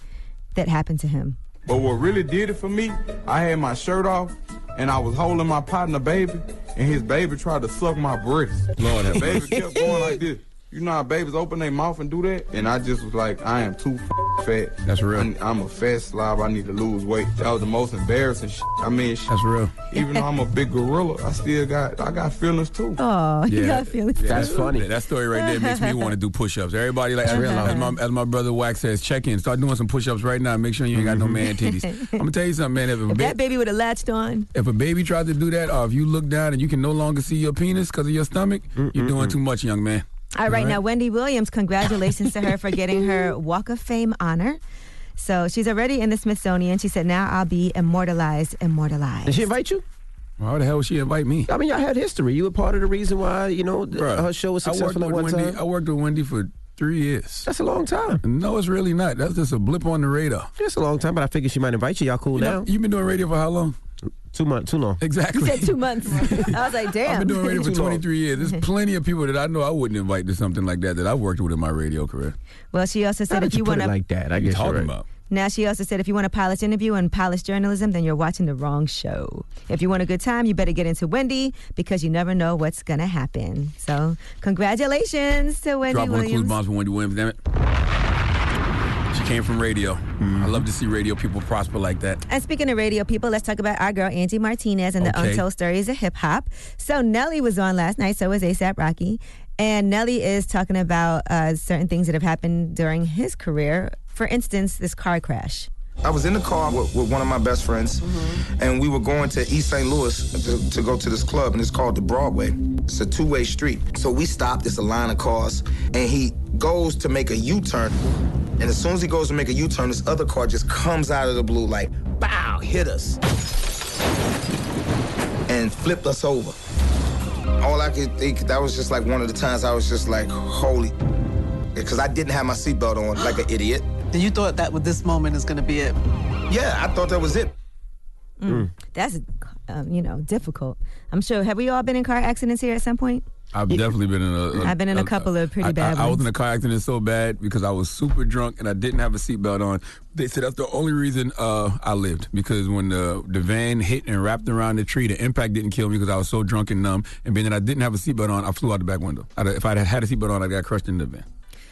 S3: that happened to him.
S20: But what really did it for me, I had my shirt off and I was holding my partner baby, and his baby tried to suck my breast.
S9: Lord
S20: and
S9: have
S20: baby kept going like this. You know how babies open their mouth and do that? And I just was like, I am too f- fat. That's real. I, am a fat slob. I need to lose weight. That was the most embarrassing. Sh- I mean, sh- that's
S9: real.
S20: Even though I'm a big gorilla, I still got I got feelings too.
S3: Oh,
S9: Yeah, that story right there makes me want to do push-ups. Everybody like
S20: That's
S9: as,
S20: real
S9: as
S20: life.
S9: my, as my brother Wax says, check in. Start doing some push-ups right now. Make sure you ain't got no man titties. I'm gonna tell you something, man. If a,
S3: If
S9: ba-
S3: that baby would have latched on,
S9: if a baby tries to do that, or if you look down and you can no longer see your penis because of your stomach, you're doing too much, young man.
S3: All
S21: All
S3: right,
S21: right.
S3: now Wendy Williams, congratulations to her for getting her Walk of Fame honor. So she's already in the Smithsonian. She said, "Now I'll be immortalized, immortalized."
S4: Did she invite you?
S9: Why the hell would she invite me?
S4: I mean, y'all had history. You were part of the reason why you know th-
S9: Bruh,
S4: her show was
S9: I worked
S4: successful at
S9: with
S4: one
S9: Wendy, uh,
S4: time.
S9: I worked with Wendy for three years.
S4: That's a long time.
S9: No, it's really not. That's just a blip on the radar.
S4: That's a long time, but I figured she might invite you. Y'all cool
S9: You know,
S4: now?
S9: you've been doing radio for how long?
S4: Two months. Too long.
S9: Exactly.
S3: You said two months. I was like, "Damn."
S9: I've been doing radio for
S3: Too long.
S9: 23 years. There's plenty of people that I know I wouldn't invite to something like that that I worked with in my radio career.
S3: Well, she also said,
S9: Now that
S3: "If you
S9: you put
S3: want
S9: it like that, I
S3: get
S9: You guess you're talking right. about.
S3: Now she also said, "If you want a polished interview and polished journalism, then you're watching the wrong show. If you want a good time, you better get into Wendy because you never know what's gonna happen." So, congratulations to Wendy
S9: Drop on the clues
S3: Williams.
S9: bombs for Wendy Williams, damn it. She came from radio.
S4: Mm-hmm.
S9: I love to see radio people prosper like that.
S3: And speaking of radio people, let's talk about our girl Angie Martinez and the
S9: Okay.
S3: Untold Stories of Hip Hop. So Nelly was on last night. So was ASAP Rocky, and Nelly is talking about uh, certain things that have happened during his career. For instance, this car crash.
S22: I was in the car with, with one of my best friends, and we were going to East St. Louis to, to go to this club, and it's called the Broadway. It's a two-way street. So we stopped. It's a line of cars, and he goes to make a U-turn, and as soon as he goes to make a U-turn, this other car just comes out of the blue like, bow, hit us, and flipped us over. All I could think that was just like one of the times I was just like, holy, because I didn't have my seatbelt on like an idiot.
S23: And you thought that with this moment is going to be it.
S22: Yeah, I thought that was it.
S3: That's, um, you know, difficult. I'm sure. Have we all been in car accidents here at some point?
S9: I've definitely been in a. a
S3: I've been in a couple of pretty
S9: Uh, I-
S3: bad
S9: I, I was
S3: ones.
S9: in a car accident so bad because I was super drunk and I didn't have a seatbelt on. They said that's the only reason uh, I lived because when the the van hit and wrapped around the tree, the impact didn't kill me because I was so drunk and numb. And being that I didn't have a seatbelt on, I flew out the back window. I'd, if I had a seatbelt on, I got crushed in the van.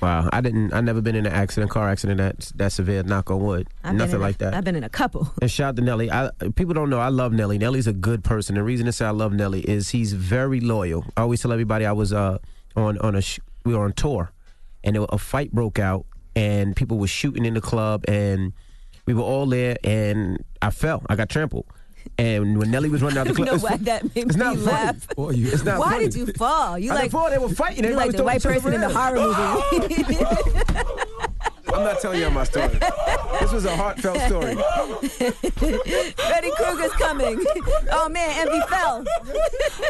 S4: Wow, I didn't. I never been in an accident, car accident that that severe. Knock on wood,
S3: I've been
S4: nothing
S3: in a-
S4: like that.
S3: I've been in a couple.
S4: And shout out to Nelly. I, people don't know I love Nelly. Nelly's a good person. The reason I say I love Nelly is he's very loyal. I always tell everybody I was uh, on on a sh- we were on tour, and there, a fight broke out, and people were shooting in the club, and we were all there, and I fell. I got trampled. And when Nelly was running out the club,
S3: I don't
S4: it's-
S3: know why that made
S4: it's
S3: me
S4: not funny.
S3: laugh.
S4: It's not
S3: why
S4: funny.
S3: did you fall? You
S4: I
S3: like
S4: didn't fall. They were fighting.
S3: You
S4: Everybody was
S3: like the
S4: throwing each
S3: white
S4: other
S3: person in the horror movie.
S4: I'm not telling y'all my story. This was a heartfelt story.
S3: Freddy Krueger's coming. Oh man, Envy fell.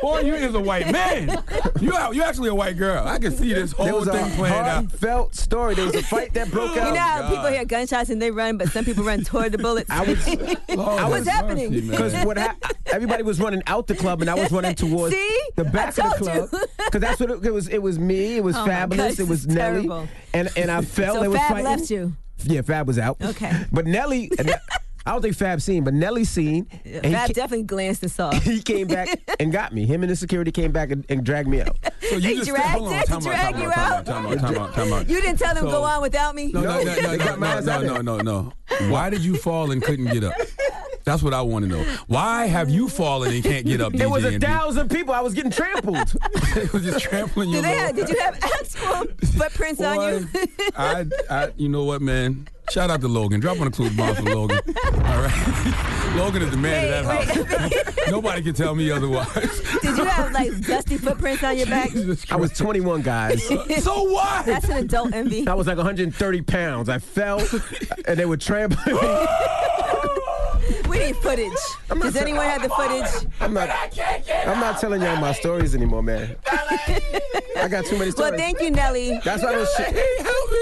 S9: Boy, you is a white man. You out- you actually a white girl. I can see this
S4: There
S9: whole
S4: was a
S9: thing playing out.
S4: Felt story. There was a fight that broke out.
S3: You know how
S4: God.
S3: people hear gunshots and they run, but some people run toward the bullets. I
S4: was,
S3: I was happening.
S4: Because what hap- everybody was running out the club, and I was running towards
S3: See?
S4: the back
S3: I
S4: of the
S3: told
S4: club. Because that's what it, it was. It was me. It was
S3: Oh my
S4: fabulous.
S3: gosh,
S4: it was
S3: this is
S4: Nelly,
S3: terrible.
S4: and and I felt
S3: so
S4: they was
S3: Fab
S4: fighting.
S3: left you.
S4: Yeah, Fab was out.
S3: Okay.
S4: but Nelly. I don't think Fab seen, but Nelly seen. and he ca-
S3: Fab definitely glanced and saw.
S4: he came back and got me. Him and the security came back and, and dragged me out.
S9: So you just
S3: dragged
S9: hold on,
S3: it,
S9: time out, time
S3: dragged you
S9: out, time
S3: out.
S9: out, time out, time out, time out.
S3: You didn't tell them
S9: So-
S3: go on without me.
S9: No, no, no, no, no, no, no, no, no, no. Why did you fall and couldn't get up? That's what I want to know. Why have you fallen and can't get up?
S4: There
S9: DJ
S4: was a
S9: and B?
S4: thousand people. I was getting trampled.
S9: they was just trampling you.
S3: Did, they have, did you have actual footprints on you?
S9: I, I, you know what, man? Shout out to Logan. Drop on a clue bomb for Logan. All right, Logan is the man of that house. Nobody can tell me otherwise.
S3: Did you have like dusty footprints on your back?
S4: I was 21, guys.
S9: what?
S3: That's an adult envy.
S4: I was like 130 pounds. I fell, and they were trampling me.
S3: We need footage. Does anyone have the footage?
S4: I'm not. I'm not telling y'all my stories anymore, man. I got too many stories.
S3: Well, thank you, Nelly.
S4: That's why I don't share.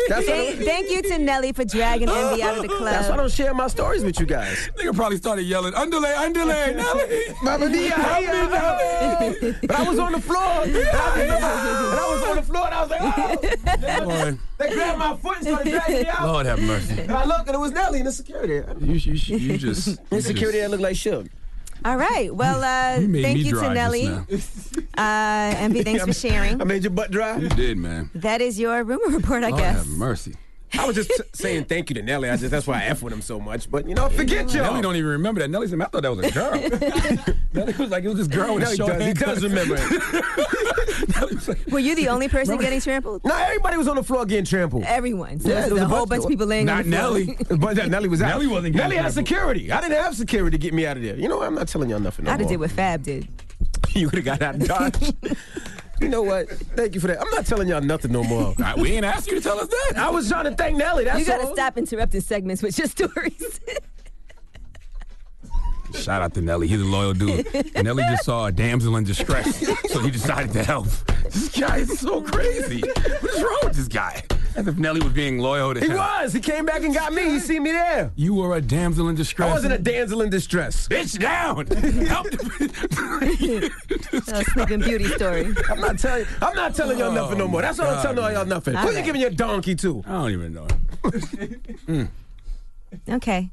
S4: That's why I
S3: thank,
S4: don't-
S3: thank you to Nelly for dragging Envy out of the club.
S4: That's why I don't share my stories with you guys.
S9: Nigga probably started yelling, underlay, underlay, Nelly.
S4: Mama Dia,
S9: Help me,
S4: Nelly. But I was on the floor. And I was on the floor, and I was like, oh.
S9: Lord.
S4: They grabbed my foot and started dragging me out.
S9: Lord have mercy.
S4: And I looked, and it was Nelly in the security.
S9: You, you, you just- you
S4: in security. I looked like Suge.
S3: All right. Well, uh,
S4: You made
S3: thank
S4: me
S3: you
S4: dry
S3: to
S4: just
S3: Nelly.
S4: now.
S3: Uh, Envy, thanks for sharing.
S4: I made your butt dry.
S9: You did, man.
S3: That is your rumor report, I
S9: Oh,
S4: Lord
S3: guess.
S4: have
S9: mercy.
S4: I was just t- saying thank you to Nelly. I just that's why I f with him so much. But you know, forget y'all.
S9: Nelly don't even remember that. Nelly said, I thought that was a girl. Nelly was like, it was this girl with
S4: No,
S9: a
S4: he
S9: short
S4: does. He
S9: haircut.
S4: does remember it.
S3: Were you the only person getting trampled?
S4: No, everybody was on the floor getting trampled.
S3: Everyone. So there was a whole bunch of people laying
S4: Not
S3: on the floor.
S4: Nelly. but that Nelly was out.
S9: Nelly wasn't getting
S4: Nelly had
S9: trampled.
S4: security. I didn't have security to get me out of there. You know, I'm not telling y'all nothing. No
S3: I'd
S4: more.
S3: have did what Fab did.
S4: you could have got out of Dodge. You know what? Thank you for that. I'm not telling y'all nothing no more.
S9: we ain't asked you to tell us that.
S4: I was trying to thank Nelly. That's
S3: you gotta
S4: all.
S3: stop interrupting segments with your stories.
S9: Shout out to Nelly. He's a loyal dude. Nelly just saw a damsel in distress, so he decided to help. This guy is so crazy. What is wrong with this guy? As if Nelly was being loyal to
S4: He
S9: him.
S4: was. He came back and got me. He see me there.
S9: You were a damsel in distress.
S4: I wasn't a damsel in distress.
S9: Bitch down.
S3: a sleeping beauty story.
S4: I'm not telling. I'm not telling y'all nothing no more. That's all I'm
S9: Oh, God,
S4: telling all y'all nothing.
S3: man.
S4: Who
S3: All
S4: you
S3: right.
S4: giving your donkey to?
S9: I don't even know.
S3: okay.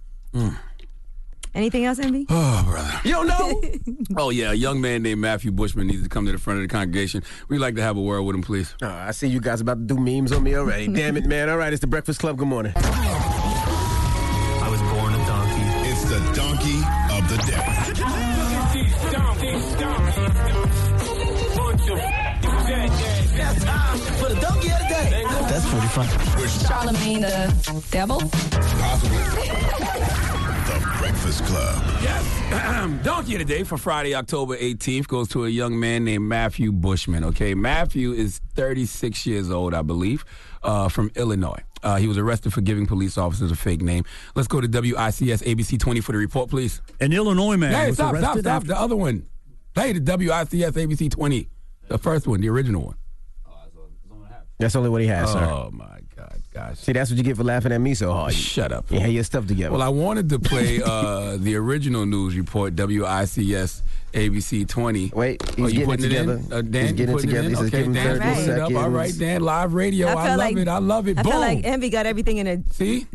S3: Anything else, Envy?
S9: Oh, brother.
S4: You don't know?
S9: Oh yeah, a young man named Matthew Bushman needs to come to the front of the congregation. We'd like to have a word with him, please.
S4: Ah, I see you guys about to do memes on me already. Damn it, man. All right, it's the Breakfast Club. Good morning.
S2: I was born a donkey. It's the donkey of the day.
S1: That's time for the donkey of the day.
S2: That's pretty fun.
S1: Charlemagne the devil.
S2: Breakfast Club.
S9: Yes. Donkey of the Day for Friday, October 18th goes to a young man named Matthew Bushman. Okay. Matthew is 36 years old, I believe, uh, from Illinois. Uh, he was arrested for giving police officers a fake name. Let's go to WICS ABC 20 for the report, please.
S5: An Illinois man
S9: Hey,
S5: was
S9: stop,
S5: arrested
S9: stop, stop.
S5: after-
S9: The other one. Hey, the WICS ABC 20. The first one, the original one.
S4: That's only what he has, sir.
S9: Oh, my God, guys.
S4: See, that's what you get for laughing at me so hard.
S9: Shut up.
S4: Yeah, your stuff together.
S9: Well, I wanted to play uh, the original news report, WICS ABC 20. Wait,
S4: he's
S9: Oh, you
S4: getting
S9: putting
S4: it
S9: it in?
S4: together.
S9: Uh, Dan,
S4: He's
S9: you
S4: getting it
S9: putting
S4: together.
S9: in?
S4: He says,
S9: Okay,
S4: give him
S9: Dan's
S4: 30
S9: putting it up. All right,
S4: seconds.
S9: Dan, live radio. I,
S3: I feel
S9: love
S3: like-
S9: it. I love it.
S3: I
S9: Boom.
S3: feel like Envy got everything in a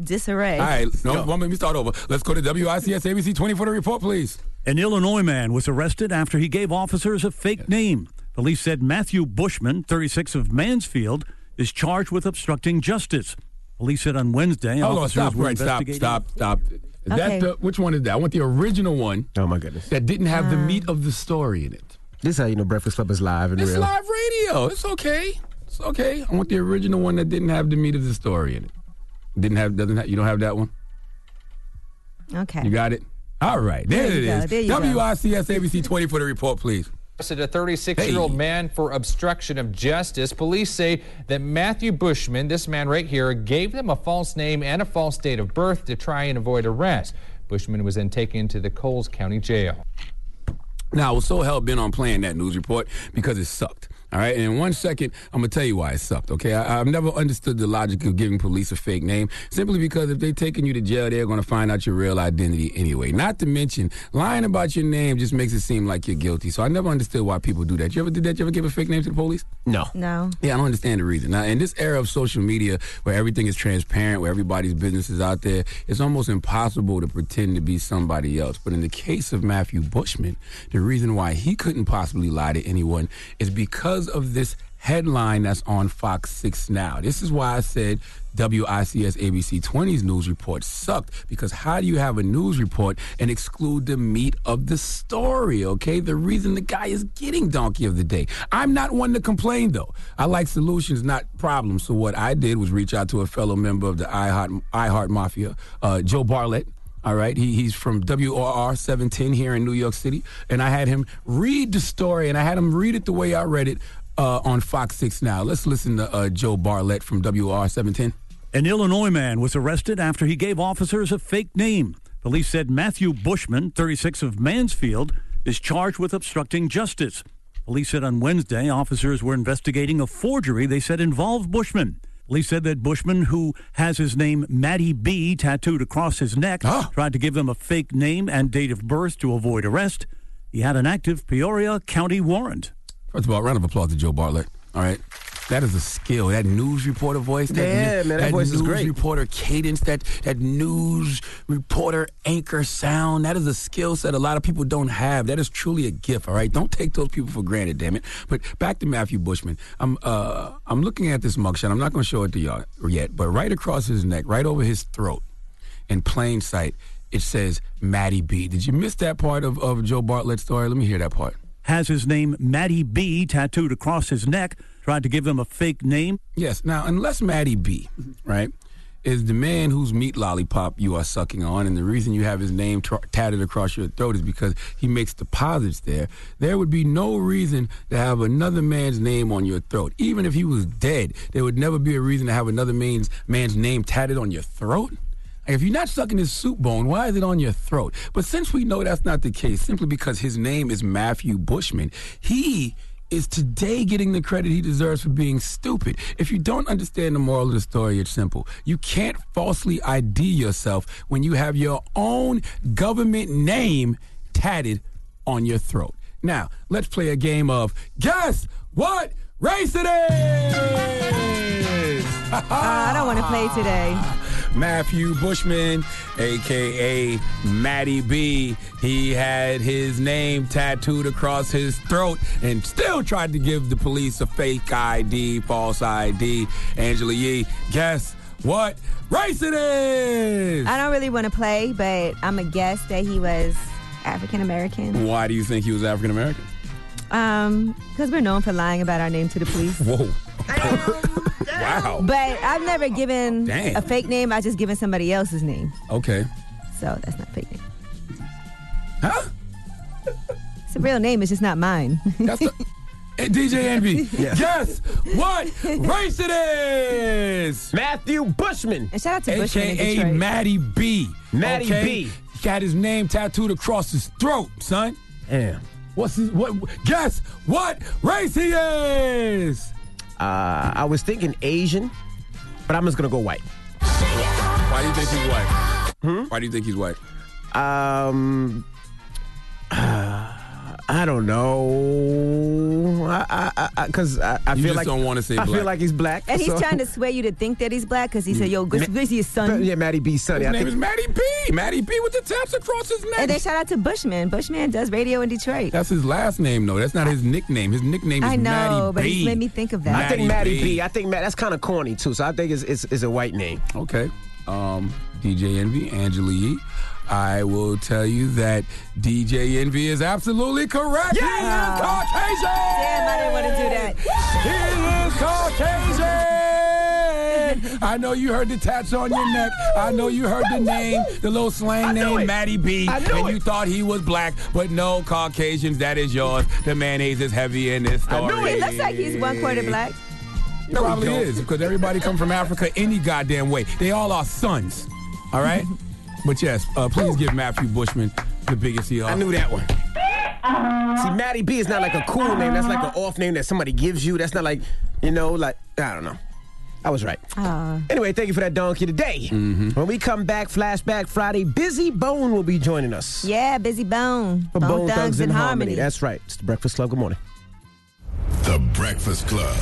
S3: disarray.
S9: All right, no, one, let me start over. Let's go to WICS ABC 20 for the report, please.
S5: An Illinois man was arrested after he gave officers a fake name. Police said Matthew Bushman, 36 of Mansfield, is charged with obstructing justice. Police said on Wednesday,
S9: Hold on,
S5: officers
S9: stop,
S5: were
S9: right, stop,
S5: investigating-
S9: stop, stop. Is
S5: Okay.
S9: That uh, the, which one is that? I want the original one.
S4: Oh my goodness.
S9: That didn't have the meat of the story in it.
S4: This is how you know Breakfast Club is live and
S9: It's
S4: real.
S9: live radio. It's okay. It's okay. I want the original one that didn't have the meat of the story in it. Didn't have doesn't have, you don't have that one.
S3: Okay.
S9: You got it. All right, there,
S3: There
S9: it
S3: you go,
S9: is.
S3: there you go.
S9: WICS ABC 20 for the report, please.
S7: arrested a 36-year-old man for obstruction of justice. Police say that Matthew Bushman, this man right here, gave them a false name and a false date of birth to try and avoid arrest. Bushman was then taken to the Coles County Jail.
S9: Now, I was so hell bent on playing that news report because it sucked. All right, and in one second, I'm gonna tell you why it sucked. Okay, I, I've never understood the logic of giving police a fake name simply because if they're taking you to jail, they're gonna find out your real identity anyway. Not to mention, lying about your name just makes it seem like you're guilty. So I never understood why people do that. You ever did that? You ever give a fake name to the police?
S4: No.
S3: No.
S9: Yeah, I don't understand the reason. Now, in this era of social media where everything is transparent, where everybody's business is out there, it's almost impossible to pretend to be somebody else. But in the case of Matthew Bushman, the reason why he couldn't possibly lie to anyone is because of this headline that's on Fox 6 now. This is why I said WICS ABC 20's news report sucked because how do you have a news report and exclude the meat of the story? Okay, the reason the guy is getting donkey of the day. I'm not one to complain though. I like solutions, not problems. So what I did was reach out to a fellow member of the iHeart iHeart Mafia, uh, Joe Barlett. All right, he, he's from WRR 710 here in New York City, and I had him read the story, and I had him read it the way I read it uh, on Fox 6 now. Let's listen to uh, Joe Barlett from WR 710.
S5: An Illinois man was arrested after he gave officers a fake name. Police said Matthew Bushman, 36 of Mansfield, is charged with obstructing justice. Police said on Wednesday officers were investigating a forgery they said involved Bushman. Police said that Bushman, who has his name Matty B tattooed across his neck,
S9: Ah.
S5: tried to give them a fake name and date of birth to avoid arrest. He had an active Peoria County warrant.
S9: First of all, round of applause to Joe Bartlett. All right. That is a skill. That news reporter voice. That
S4: Yeah, man, that voice is
S9: news
S4: great.
S9: reporter cadence. That that news reporter anchor sound. That is a skill set a lot of people don't have. That is truly a gift. All right, don't take those people for granted. Damn it. But back to Matthew Bushman. I'm uh I'm looking at this mugshot. I'm not going to show it to y'all yet. But right across his neck, right over his throat, in plain sight, it says Matty B. Did you miss that part of of Joe Bartlett's story? Let me hear that part.
S5: has his name Matty B tattooed across his neck, tried to give them a fake name.
S9: Yes. Now, unless Maddie B, right, is the man whose meat lollipop you are sucking on, and the reason you have his name tr- tatted across your throat is because he makes deposits there. There would be no reason to have another man's name on your throat, even if he was dead. There would never be a reason to have another man's man's name tatted on your throat. Like, If you're not sucking his soup bone, why is it on your throat? But since we know that's not the case, simply because his name is Matthew Bushman, he is today getting the credit he deserves for being stupid. If you don't understand the moral of the story, it's simple. You can't falsely ID yourself when you have your own government name tatted on your throat. Now, let's play a game of guess what race it is.
S3: Ah, I don't want to play today.
S9: Matthew Bushman, aka Matty B. He had his name tattooed across his throat and still tried to give the police a fake ID, false ID. Angela Yee, guess what race it is?
S3: I don't really want to play, but I'm a guess that he was African American.
S9: Why do you think he was African American?
S3: Um, because we're known for lying about our name to the police.
S9: Whoa. wow.
S3: But I've never given
S9: Damn.
S3: a fake name. I've just given somebody else's name.
S9: Okay.
S3: So that's not fake name.
S9: Huh?
S3: It's a real name. It's just not mine.
S9: Hey, DJ Envy,
S3: Yeah.
S9: guess what race it is? Matthew Bushman.
S3: And shout out to Bushman in
S9: AKA
S3: Detroit.
S9: Matty B.
S4: Matty
S9: okay?
S4: B.
S9: He Got his name tattooed across his throat, son.
S4: Damn.
S9: What's his, what? Guess what race he is?
S4: Uh, I was thinking Asian, but I'm just gonna go white. Hmm?
S9: Why do you think he's white? Why do you think he's white?
S4: Um, uh, I don't know. I, I, I, I, cause I, I
S9: You
S4: feel like
S9: just don't wanna say
S4: I feel
S9: black.
S4: like he's black,
S3: and he's
S4: so-
S3: trying to swear you to think that he's black because he said, "Yo,
S4: Ma-
S3: Grizzly is son."
S4: Yeah, Matty B. Sonny.
S9: His
S4: I
S9: name
S4: think
S9: is Matty B. Matty B with the taps across his neck.
S3: And then shout out to Bushman. Bushman does radio in Detroit.
S9: That's his last name, though. That's not his nickname. His nickname is
S3: I know,
S9: Matty
S3: but
S9: B.
S3: he made me think of that.
S4: I think Matty B. I think Matt, that's kind of corny too. So I think it's, it's, it's a white name.
S9: Okay. Um, DJ Envy, Angela Yee. I will tell you that DJ Envy is absolutely correct. He is Caucasian. Damn,
S3: I didn't want to do that.
S9: He is Caucasian. I know you heard the tats on your neck. I know you heard the name, the little slang name, Matty B. and you thought he was black, but no, Caucasians, that is yours. The mayonnaise is heavy in this story.
S3: It looks like he's one quarter black.
S9: It probably is because everybody come from Africa any goddamn way. They all are sons. All right. but yes, uh, please give Matthew Bushman the biggest E he. I
S4: knew that one. See, Matty B is not like a cool name. That's like an off name that somebody gives you. That's not like, you know, like I don't know. I was right. Anyway, thank you for that donkey today.
S2: Mm-hmm.
S4: When we come back, Flashback Friday, Busy Bone will be joining us.
S3: Yeah, Busy Bone.
S4: For Bone, Thugs, in Harmony.
S3: Harmony.
S4: That's right. It's the Breakfast Club. Good morning.
S2: The Breakfast Club.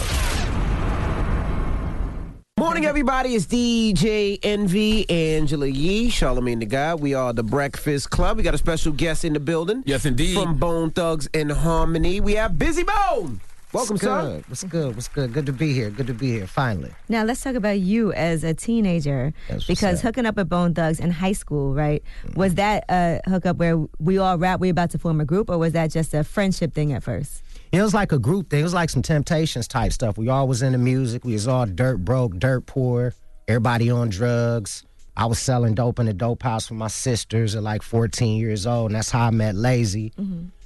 S4: Morning, everybody. It's DJ Envy, Angela Yee, Charlemagne the Guy. We are the Breakfast Club. We got a special guest in the building.
S9: Yes, indeed.
S4: From Bone Thugs in Harmony, we have Busy Bone. Welcome,
S6: What's
S4: sir.
S6: good? What's good? What's good? Good to be here. Good to be here. Finally.
S3: Now let's talk about you as a teenager,
S6: That's what's
S3: because
S6: up.
S3: hooking up with Bone Thugs in high school, right? Was that a hookup where we all rap, we about to form a group, or was that just a friendship thing at first?
S6: It was like a group thing. It was like some Temptations type stuff. We all was into music. We was all dirt broke, dirt poor. Everybody on drugs. I was selling dope in the dope house with my sisters at like 14 years old, and that's how I met Lazy.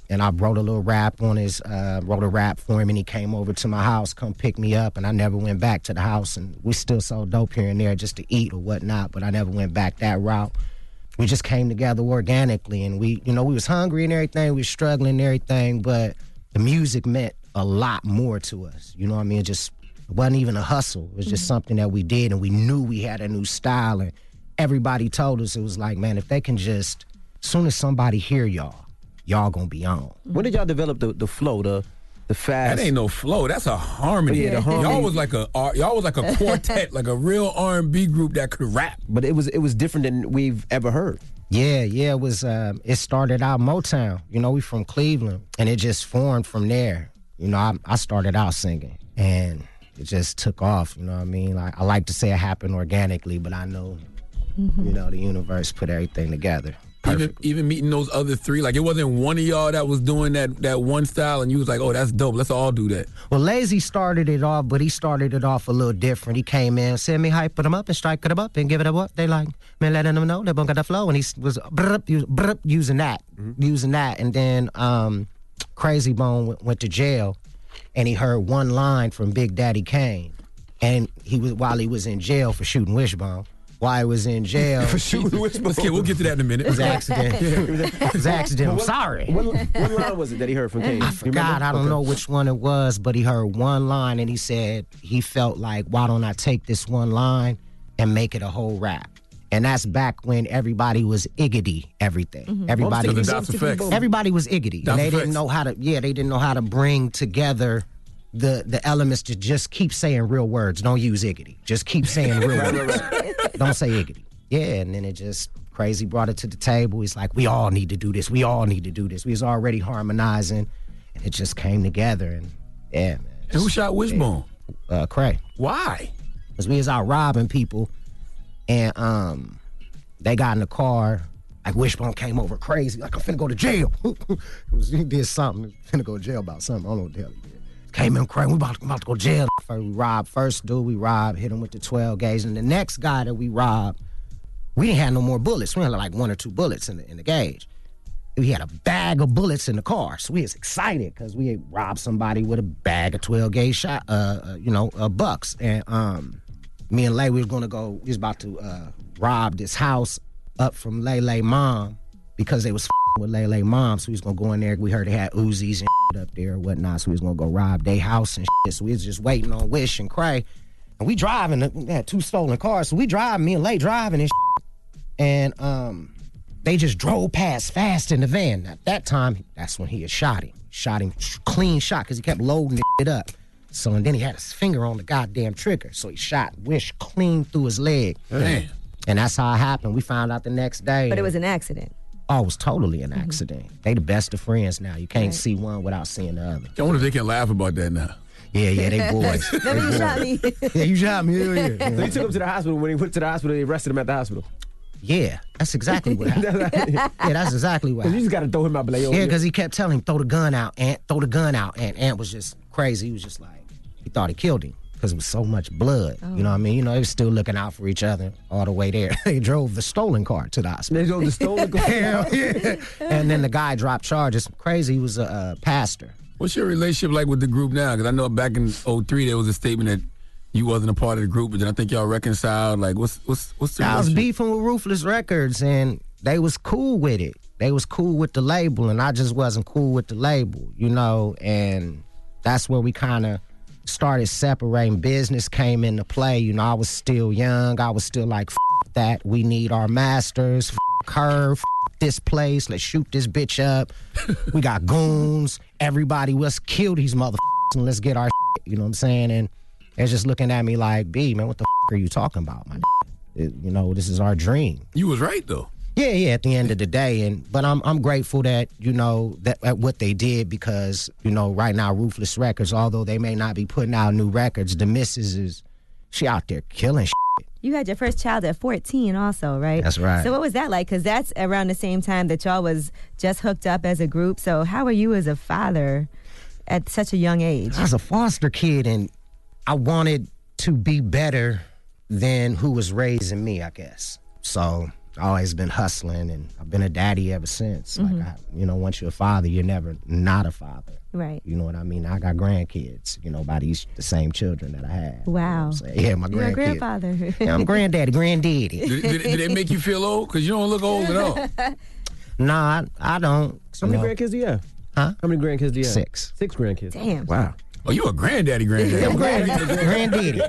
S6: And I wrote a little rap on his, uh, wrote a rap for him, and he came over to my house, come pick me up, and I never went back to the house. And we still sold dope here and there just to eat or whatnot, but I never went back that route. we just came together organically and we you know we was hungry and everything we was struggling and everything but the music meant a lot more to us you know what i mean it just it wasn't even a hustle it was just something that we did and we knew we had a new style and everybody told us it was like man if they can just soon as somebody hear y'all y'all gonna be on
S4: when did y'all develop the, the flow the the fast
S9: That ain't no flow. That's a harmony.
S4: Yeah, the harmony.
S9: Y'all was like a uh, y'all was like a quartet, like a real R and B group that could rap.
S4: but it was it was different than we've ever heard
S6: Yeah, yeah, it was. Um, it started out Motown. You know, we from Cleveland, and it just formed from there. You know, I, I started out singing, and it just took off. You know what I mean? Like I like to say it happened organically, but I know, you know, the universe put everything together.
S9: Even even meeting those other three, like it wasn't one of y'all that was doing that that one style, and you was like, "Oh, that's dope. Let's all do that."
S6: Well, Lazy started it off, but he started it off a little different. He came in, said me hype them up and strike them up and give it a what they like. Man, letting them know they bunk got the flow, and he was brup, use- brup, using that,
S4: Mm-hmm.
S6: using that, and then um, Crazy Bone went, went to jail, and he heard one line from Big Daddy Kane, and he was while he was in jail for shooting Wishbone. While he was in jail
S9: For shooting Wishbone. Okay, we'll get to that in a minute.
S6: It was an accident. it was an accident. I'm
S4: What-
S6: sorry.
S4: What, what line was it that he heard from Kane?
S6: Eh, I
S4: You remember?
S6: forgot. I don't
S4: Okay.
S6: know which one it was, but he heard one line and he said he felt like, why don't I take this one line and make it a whole rap? And that's back when everybody was iggity everything.
S4: Mm-hmm.
S23: Mhm.
S6: Everybody
S23: So the
S6: was
S23: Dots Effects.
S6: everybody was iggity.
S23: Dots
S6: and they
S23: Effects.
S6: didn't know how to yeah, they didn't know how to bring together the the elements to just keep saying real words. Don't use iggity. Just keep saying real
S4: Right,
S6: words. Don't say iggity. Yeah, and then it just crazy brought it to the table. He's like, we all need to do this. We all need to do this. We was already harmonizing, and it just came together. And yeah, man.
S9: And who shot Wishbone?
S6: Uh, Cray.
S9: Why?
S6: Because we was out robbing people, and um, they got in the car. Like Wishbone came over crazy. Like I'm finna go to jail. It was- he did something. Finna go to jail about something. I don't know what the hell he did. Came in crazy. We about to, about to go to jail. First, we robbed first dude. We robbed. Hit him with the 12 gauge. And the next guy that we robbed, we didn't have no more bullets. We had like one or two bullets in the, in the gauge. We had a bag of bullets in the car, so we was excited because we had robbed somebody with a bag of twelve gauge shot, uh, uh, you know, uh, bucks. And um, me and Lay, we was gonna go. We was about to uh, rob this house up from Lele mom because they was f***ing with Lele mom. So we was gonna go in there. We heard they had Uzis and shit up there and whatnot. So we was gonna go rob their house and shit. So we was just waiting on Wish and Cray. And we driving. uh, We had two stolen cars, so we driving. Me and Lay driving and shit. And um, they just drove past fast in the van. At that time, that's when he had shot him. Shot him clean shot because he kept loading it up. So and then he had his finger on the goddamn trigger. So he shot Wish clean through his leg.
S3: Damn.
S6: And that's how it happened. We found out the next day.
S3: But it was an accident. Mm-hmm.
S6: Oh, it was totally an accident. They the best of friends now. You can't
S3: Right.
S6: see one without seeing the other.
S9: I wonder if they can laugh about that now.
S6: Yeah, yeah, they boys.
S3: Remember you shot me.
S6: yeah, you shot me. Yeah, yeah, yeah.
S4: So he took him to the hospital. When he went to the hospital, they arrested him at the hospital.
S6: Yeah, that's exactly what happened. yeah, that's exactly what happened.
S4: You just got to throw him out. be Like, Yo,
S6: Yeah, because he kept telling him, throw the gun out, Ant, throw the gun out. And Ant was just crazy. He was just like, he thought he killed him because it was so much blood. You know what I mean? You know, they was still looking out for each other all the way there. they drove the stolen car to the hospital. They drove the stolen car. Hell yeah. And then the guy dropped charges. Crazy, he was a uh, pastor.
S9: What's your relationship like with the group now? Because I know back in 03, there was a statement that you wasn't a part of the group, but then I think y'all reconciled. Like, what's what's what's the
S6: I was
S9: relationship?
S6: beefing with Ruthless Records, and they was cool with it. They was cool with the label, and I just wasn't cool with the label, you know. And that's where we kind of started separating. Business came into play. You know, I was still young. I was still like, F- that. We need our masters. F- her. F- this place. Let's shoot this bitch up. we got goons. Everybody, let's kill these motherfuckers and let's get our. You know what I'm saying? And they're just looking at me like, B, man, what the f- are you talking about, my? it- you know this is our dream
S9: you was right though
S6: yeah yeah at the end of the day and but i'm i'm grateful that you know that at what they did because you know right now ruthless records although they may not be putting out new records the missus is she out there killing shit.
S3: You had your first child at 14 also, right?
S6: That's right.
S3: So what was that like? Because that's around the same time that y'all was just hooked up as a group. So how were you as a father at such a young age?
S6: I was a foster kid and I wanted to be better than who was raising me, I guess. So I always been hustling and I've been a daddy ever since. Like I, you know, once you're a father, you're never not a father.
S3: Right.
S6: You know what I mean? I got grandkids, you know, by these the same children that I had.
S3: Oh, Wow.
S6: Yeah, my
S3: You're a
S6: grandkid.
S3: grandfather.
S6: Yeah, I'm granddaddy, granddaddy.
S9: Did, did, did they make you feel old? Because you don't look old at all.
S6: Nah, I, I don't.
S4: How many grandkids do you have?
S6: Huh?
S4: How many grandkids do you have?
S6: Six.
S4: Six grandkids.
S3: Damn.
S4: Wow.
S9: Oh, you a granddaddy, granddaddy.
S6: I'm granddaddy. granddaddy.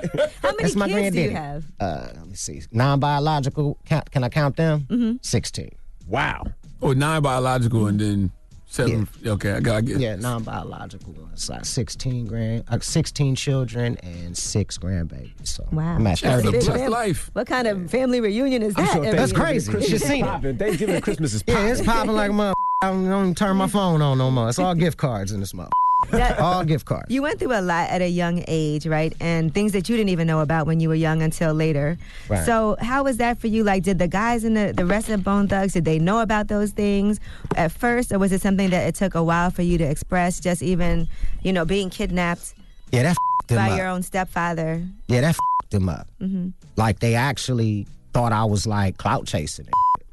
S3: How many
S6: That's my
S3: kids do you
S6: granddaddy.
S3: have?
S6: Uh, let me see. Non biological, can, can I count them? Mm-hmm. 16.
S9: Wow. Oh, nine biological and then seven. Okay, I got I get
S6: Yeah, non-biological ones. Like sixteen grand, uh, sixteen children and six grandbabies. So
S3: Wow.
S6: I'm at
S3: That's a
S6: thirty-two.
S3: big fam- What kind of family reunion is that? every
S6: That's
S3: year?
S6: crazy. You should see it.
S4: Thanksgiving, Christmas is
S6: Mm-hmm. Yeah, it's popping like a mother. I don't, I don't even turn my phone on no more. It's all gift cards in this mother.
S3: That-
S6: All gift cards.
S3: You went through a lot at a young age, right? And things that you didn't even know about when you were young until later.
S6: Right.
S3: So how was that for you? Like, did the guys in the, the rest of Bone Thugs, did they know about those things at first? Or was it something that it took a while for you to express, just even, you know, being kidnapped
S6: Yeah, that them
S3: by
S6: up.
S3: your own stepfather?
S6: Yeah, that them up.
S3: hmm
S6: Like they actually thought I was like clout chasing and shit.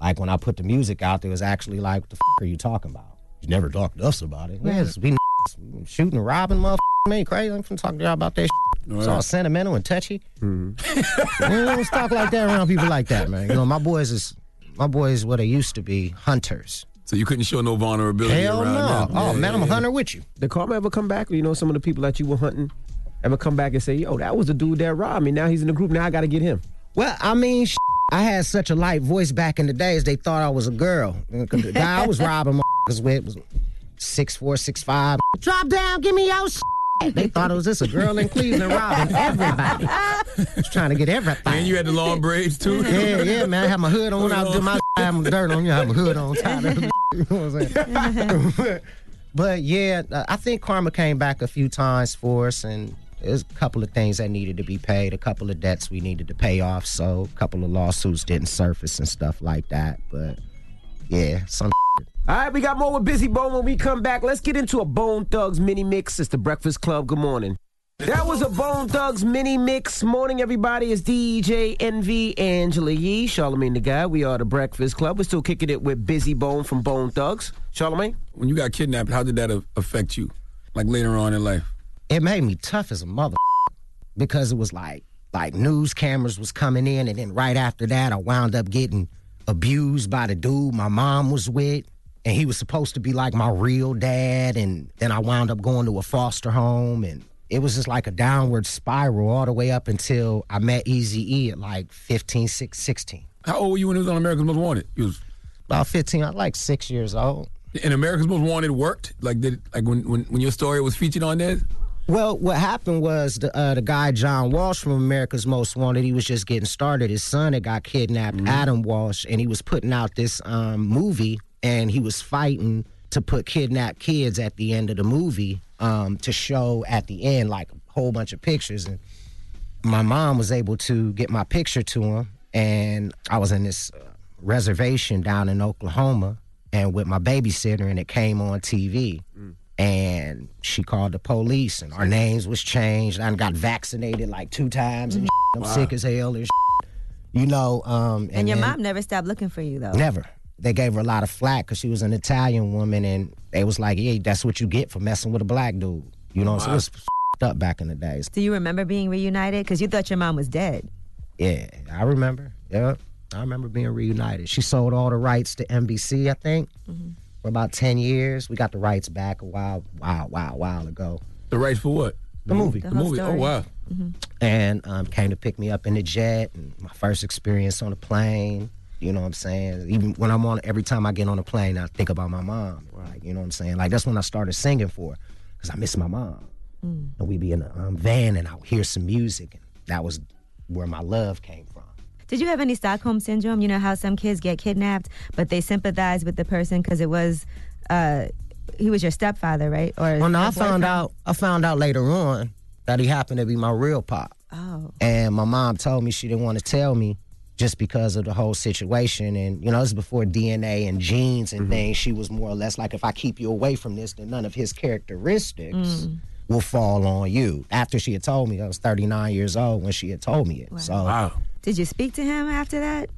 S6: Like when I put the music out, there was actually like, "What the f- are you talking about? You never talked to us about it."
S23: Right.
S6: Yes, we n- shooting, and robbing, motherfucker. Me crazy. I'm finna talk to y'all about that. Shit. It's all
S23: Right.
S6: sentimental and touchy. we don't talk like that around people like that, man. You know, my boys is my boys what they used to be hunters.
S9: So you couldn't show no vulnerability
S6: Hell
S9: around
S6: no.
S9: that. Yeah,
S6: Oh, man, I'm
S9: yeah,
S6: a
S9: yeah.
S6: hunter with you.
S4: The karma ever come back? You know, some of the people that you were hunting ever come back and say, "Yo, that was the dude that robbed me. Now he's in the group. Now I got to get him."
S6: Well, I mean, sh- I had such a light voice back in the days. They thought I was a girl. 'Cause The guy I was robbing motherfuckers with was six four, six five. Drop down, give me your. Sh-. They thought it was just a girl in Cleveland robbing everybody. was trying to get everything.
S9: And you had the long braids too.
S6: Yeah, yeah, man. I had my hood on. I was doing my. I had my dirt on. You know, I had my hood on. Tied up. you know what I'm saying? but, but yeah, uh, I think karma came back a few times for us, and there's a couple of things that needed to be paid, a couple of debts we needed to pay off, so a couple of lawsuits didn't surface and stuff like that. But yeah, some.
S4: All right, we got more with Busy Bone when we come back. Let's get into a Bone Thugs mini mix. It's the Breakfast Club. Good morning. That was a Bone Thugs mini mix. Morning, everybody. It's DJ NV, Angela Yee, Charlemagne the Guy. We are the Breakfast Club. We're still kicking it with Busy Bone from Bone Thugs. Charlemagne?
S9: When you got kidnapped, how did that a- affect you? Like later on in life.
S6: It made me tough as a mother because it was like like news cameras was coming in, and then right after that, I wound up getting abused by the dude my mom was with, and he was supposed to be like my real dad, and then I wound up going to a foster home, and it was just like a downward spiral all the way up until I met Eazy-E at like 15, 6, 16.
S9: How old were you when it was on America's Most Wanted? You was
S6: about fifteen. I was like six years old.
S9: And America's Most Wanted worked. Like did like when when, when your story was featured on there.
S6: Well, what happened was the uh, the guy John Walsh from America's Most Wanted. He was just getting started. His son had got kidnapped, Adam Walsh, and he was putting out this um, movie, and he was fighting to put kidnapped kids at the end of the movie um, to show at the end like a whole bunch of pictures. And my mom was able to get my picture to him, and I was in this uh, reservation down in Oklahoma, and with my babysitter, and it came on TV
S3: Mm.
S6: and she called the police and our names was changed I got vaccinated like two times and shit. i'm
S3: Wow.
S6: sick as hell and shit. you know um and,
S3: And, your
S6: then-
S3: mom never stopped looking for you, though.
S6: never they gave her a lot of flack because she was an italian woman and they was like yeah that's what you get for messing with a black dude you know so it
S3: Wow.
S6: was f***ed up back in the days
S3: Do you remember being reunited? Because you thought your mom was dead.
S6: yeah i remember yeah i remember being reunited she sold all the rights to nbc i think for about 10 years we got the rights back a while wow wow while ago
S9: The rights for what?
S6: The movie.
S9: The,
S6: The whole
S9: movie. Oh
S6: story.
S9: wow.
S6: and um, came to pick me up in the jet. And my first experience on a plane. You know what I'm saying? Even when I'm on, every time I get on a plane, I think about my mom. Like, you know what I'm saying? Like that's when I started singing for, her, cause I miss my mom.
S3: Mm.
S6: And we'd be in a um, van and I would hear some music, and that was where my love came from.
S3: Did you have any Stockholm syndrome? You know how some kids get kidnapped, but they sympathize with the person because it was, uh, he was your stepfather, right? Or
S6: Well, Oh, no,
S3: a
S6: I found
S3: boyfriend?
S6: out. I found out later on that he happened to be my real pop.
S3: Oh.
S6: And my mom told me she didn't want to tell me just because of the whole situation. And, you know, this is before DNA and genes and things. She was more or less like, if I keep you away from this, then none of his characteristics
S23: Mm.
S6: will fall on you. After she had told me, I was 39 years old when she had told me it. So,
S3: Did you speak to him after that?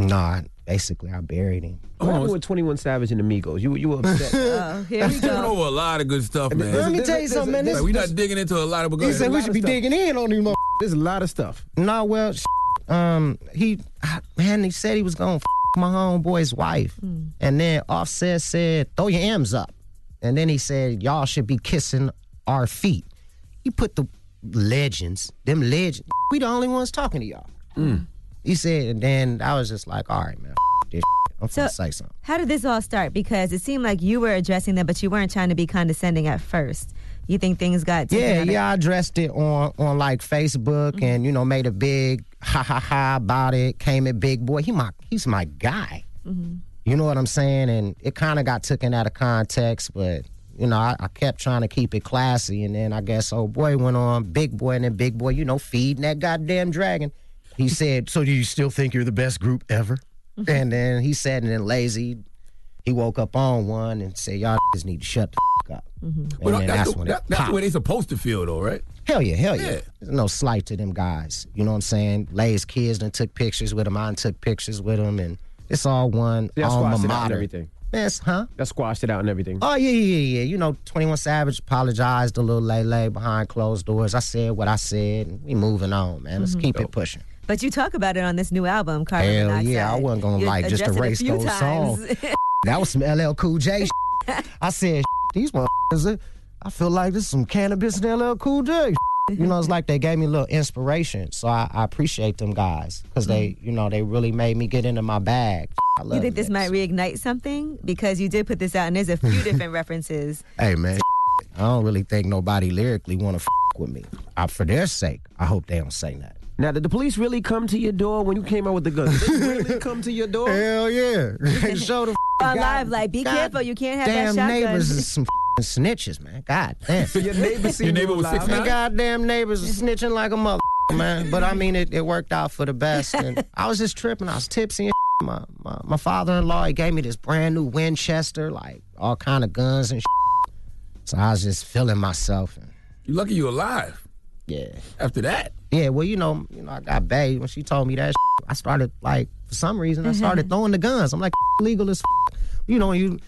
S6: nah, basically, I buried him.
S4: What
S9: Oh,
S4: happened with 21 Savage and Amigos? You, you were upset.
S3: oh, here we
S9: We've been
S3: go.
S9: over a lot of good stuff, man.
S6: Let me tell you something, man. This-
S9: Like, we not digging into a lot of. but go
S6: He
S9: ahead.
S6: said we should be digging in on these motherfuckers.
S4: There's a lot of stuff.
S6: Nah, well, um, he, ah, man, he said he was gonna f- my homeboy's wife, and then Offset said, "Throw your M's up," and then he said, "Y'all should be kissing our feet." He put the legends, them legends. We the only ones talking to y'all. He said, and then I was just like, "All right, man, f- this. Shit. I'm gonna say something."
S3: How did this all start? Because it seemed like you were addressing them, but you weren't trying to be condescending at first. You think things got taken
S6: Yeah,
S3: out of-
S6: yeah, I addressed it on on like Facebook and you know made a big ha ha ha about it. Came at Big Boy. He my he's my Mm-hmm. guy. You know what I'm saying? And it kind of got taken out of context, but you know, I, I kept trying to keep it classy. And then I guess old boy went on, big boy, and then big boy, you know, feeding that goddamn dragon. He said, So do you still think you're the best group ever? and then he said, and then lazy, he woke up on one and said, Y'all just need to shut the f- up.
S9: But
S6: And then
S9: Mm-hmm. that's,
S6: that's
S9: the,
S6: when it
S9: that, that's the
S6: popped.
S9: way they supposed to feel, though, right?
S6: Hell yeah, hell yeah. There's no slight to them guys. You know what I'm saying? Lay's kids done took pictures with them. I done took pictures with them, and it's all one
S4: They
S6: alma
S4: squashed it out and
S6: mater.
S4: everything.
S6: Yes, huh?
S4: That squashed it out and everything.
S6: Oh yeah, yeah, yeah, yeah. You know, Twenty One Savage apologized to Lil Lele behind closed doors. I said what I said, and we moving on, man. Let's
S4: Mm-hmm.
S3: Mhm.
S6: keep it pushing.
S3: But you talk about it on this new album, Carbon
S6: Hell
S3: Monoxide.
S6: yeah, I wasn't gonna
S3: You
S6: like just
S3: addressed it a
S6: erase
S3: few
S6: those
S3: times.
S6: songs. that was some LL Cool J. shit. I said these motherfuckers. I feel like this is some cannabis and LL Cool J. shit." You know, it's like they gave me a little inspiration, so I, I appreciate them guys because they, you know, they really made me get into my bag. I
S3: you
S6: love
S3: think
S6: it.
S3: this might reignite something? Because you did put this out, and there's a few different references.
S6: Hey man, I don't really think nobody lyrically want to f- with me. I, for their sake, I hope they don't say nothing.
S4: Now, did the police really come to your door when you came out with the gun? Did they really come to your door?
S6: Hell yeah. Show the
S3: On live, like, be
S4: God
S3: careful, you can't have that
S6: damn
S3: shotgun.
S6: neighbors is some f***ing snitches, man. God damn.
S4: So your neighbor seen Your neighbor you was alive? 6'9"?
S6: My goddamn neighbors are snitching like a mother, man. But I mean, it, it worked out for the best. And I was just tripping. I was tipsy and my, my, my father-in-law, he gave me this brand new Winchester, like all kind of guns and So I was just feeling myself. And
S9: You lucky you alive.
S6: Yeah.
S9: After that.
S6: Yeah, well, you know, you know, I got babe when she told me that. I started like for some reason I started throwing the guns. I'm like legal as, you know, you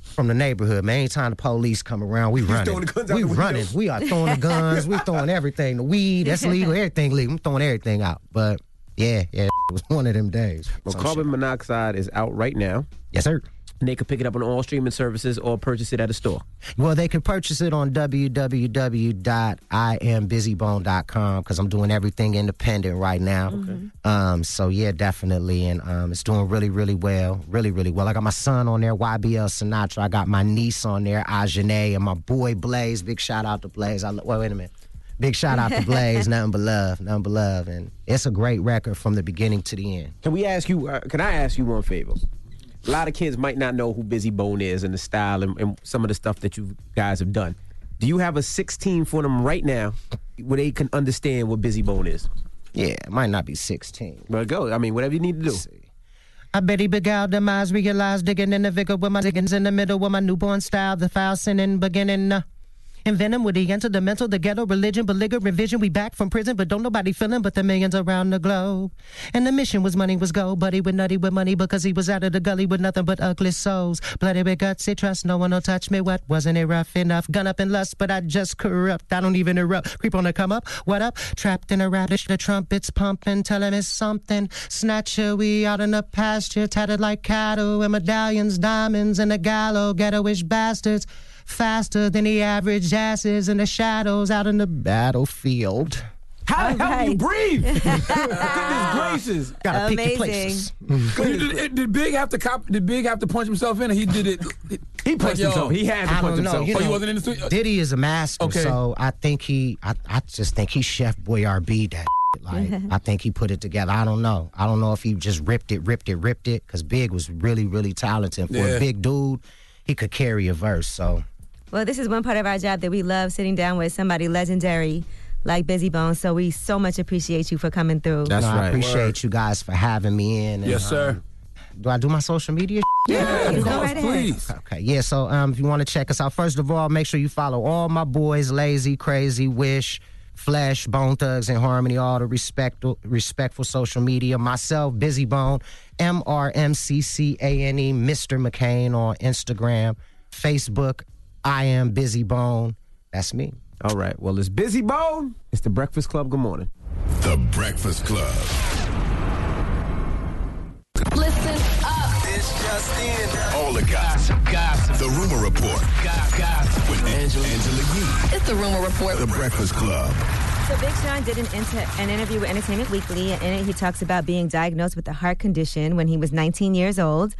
S6: from the neighborhood, man. Anytime the police come around, we running.
S4: throwing the guns out
S6: we
S4: the window.
S6: running. We are throwing the guns. we throwing everything. The weed, that's legal. Everything legal. I'm throwing everything out. But yeah, yeah, it was one of them days.
S4: Well,
S6: Some
S4: carbon monoxide is out right now.
S6: Yes, sir.
S4: And they could pick it up on all streaming services or purchase it at a store.
S6: Well, they can purchase it on www.iambusybone.com because I'm doing everything independent right now.
S4: Mm-hmm.
S6: Um, so yeah, definitely, and um, it's doing really, really well, really, really well. I got my son on there, YBL Sinatra. I got my niece on there, Ajane, and my boy Blaze. Big shout out to Blaze. I lo- well, wait a minute. Big shout out to Blaze. nothing but love, nothing but love, and it's a great record from the beginning to the end.
S4: Can we ask you? Uh, can I ask you one favor? A lot of kids might not know who Busy Bone is and the style and, and some of the stuff that you guys have done. Do you have a 16 for them right now where they can understand what Busy Bone is?
S6: Yeah, it might not be 16.
S4: But go. I mean, whatever you need to do.
S6: I bet he beguiled them eyes, realized digging in the vigor with my diggings in the middle with my newborn style, the foul sin in beginning. Uh, in venom with the enter the mental, the ghetto religion, belligerent vision. We back from prison, but don't nobody feeling but the millions around the globe. And the mission was money was gold, but he was nutty with money because he was out of the gully with nothing but ugly souls. Bloody with guts, he trust no one will touch me. What wasn't it rough enough? Gun up and lust, but I just corrupt. I don't even erupt. Creep on the come up. What up? Trapped in a radish, the trumpets pumping, tell him it's something. Snatcher, we out in the pasture, tattered like cattle, and medallions, diamonds, and the gallow, ghettoish bastards. Faster than the average asses in the shadows out in the battlefield.
S9: How the hell do you breathe? Goodness gracious!
S6: Gotta pick your places.
S9: But did, did- did Big have to cop? Did Big have to punch himself in? Or he did it. he
S6: punched himself. He had to I punch don't know. himself. You
S9: oh, you
S6: know,
S9: wasn't in the studio.
S6: Diddy is a master,
S9: Okay.
S6: so I think he, I, I just think he Chef Boyardee that. shit. Like I think he put it together. I don't know. I don't know if he just ripped it, ripped it, ripped it. Cause Big was really, really talented for
S3: Yeah.
S6: a big dude. He could carry a verse. So
S3: Well, this is one part of our job that we love sitting down with somebody legendary like Busy Bone. So we so much appreciate you for coming through.
S6: No, I appreciate you guys for having me in. um,
S9: Yes, sir.
S6: Do I do my social media?
S9: Yeah,
S6: you
S9: of
S6: go
S9: course,
S6: right ahead.
S9: please.
S6: Okay, yeah. So um, if you want to check us out, first of all, make sure you follow all my boys, Lazy, Crazy, Wish, Flesh, Bone Thugs, and Harmony, all the respectful, respectful social media. Myself, Busy Bone, M R M C C A N E, Mr. McCain on Instagram, Facebook. I am Busy Bone. That's me.
S4: All right. Well, it's Busy Bone. It's the Breakfast Club. Good morning.
S2: The Breakfast Club.
S19: Listen up.
S2: It's just in. All the gossip. Gossip. The Rumor Report. Gossip. With Angela, Angela Yee.
S3: It's the rumor report.
S2: The Breakfast Club.
S3: So Big Sean did an, inter- an interview with Entertainment Weekly, and in it he talks about being diagnosed with a heart condition when he was 19 years old.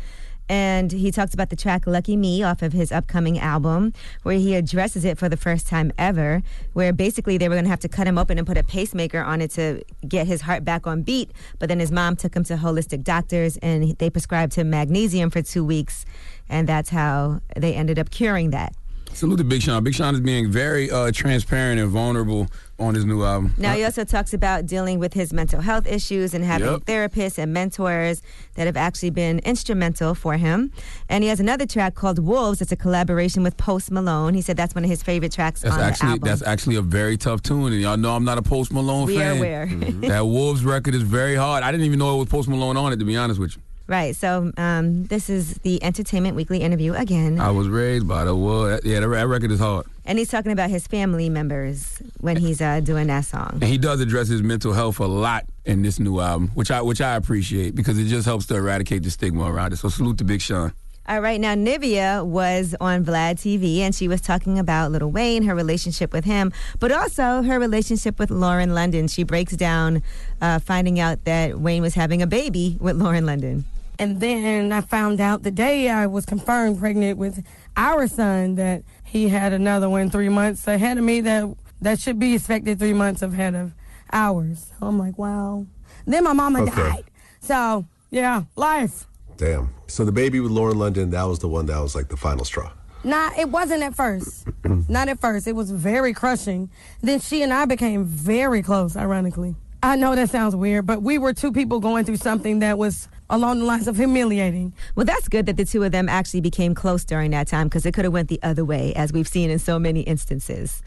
S3: And he talks about the track Lucky Me off of his upcoming album, where he addresses it for the first time ever, where basically they were going to have to cut him open and put a pacemaker on it to get his heart back on beat. But then his mom took him to holistic doctors, and he- they prescribed him magnesium for two weeks. And that's how they ended up curing that.
S9: Salute to Big Sean. Big Sean is being very uh, transparent and vulnerable on his new album.
S3: Now, he also talks about dealing with his mental health issues and having
S9: Yep.
S3: therapists and mentors that have actually been instrumental for him. And he has another track called Wolves that's a collaboration with Post Malone. He said that's one of his favorite tracks
S9: That's
S3: on
S9: actually
S3: the album.
S9: that's actually a very tough tune, and y'all know I'm not a Post Malone
S3: We are
S9: fan.
S3: aware. Mhm.
S9: that Wolves record is very hard. I didn't even know it was Post Malone on it, to be honest with you.
S3: Right, so um, this is the Entertainment Weekly interview again.
S9: I was raised by the Wolves. Yeah, that, that record is hard.
S3: And he's talking about his family members when he's uh, doing that song.
S9: And he does address his mental health a lot in this new album, which I which I appreciate because it just helps to eradicate the stigma around it. So salute to Big Sean.
S3: All right, now Nivea was on Vlad TV and she was talking about Lil Wayne, her relationship with him, but also her relationship with Lauren London. She breaks down uh, finding out that Wayne was having a baby with Lauren London.
S10: And then I found out the day I was confirmed pregnant with our son that he had another one three months ahead of me that that should be expected three months ahead of ours. So I'm like, wow. Then my mama
S8: Okay.
S10: died. So yeah, life.
S8: Damn. So the baby with Lauren London, that was the one that was like the final straw.
S10: Nah, it wasn't at first. Not at first. It was very crushing. Then she and I became very close, ironically. I know that sounds weird, but we were two people going through something that was along the lines of humiliating.
S3: Well, that's good that the two of them actually became close during that time because it could have went the other way, as we've seen in so many instances.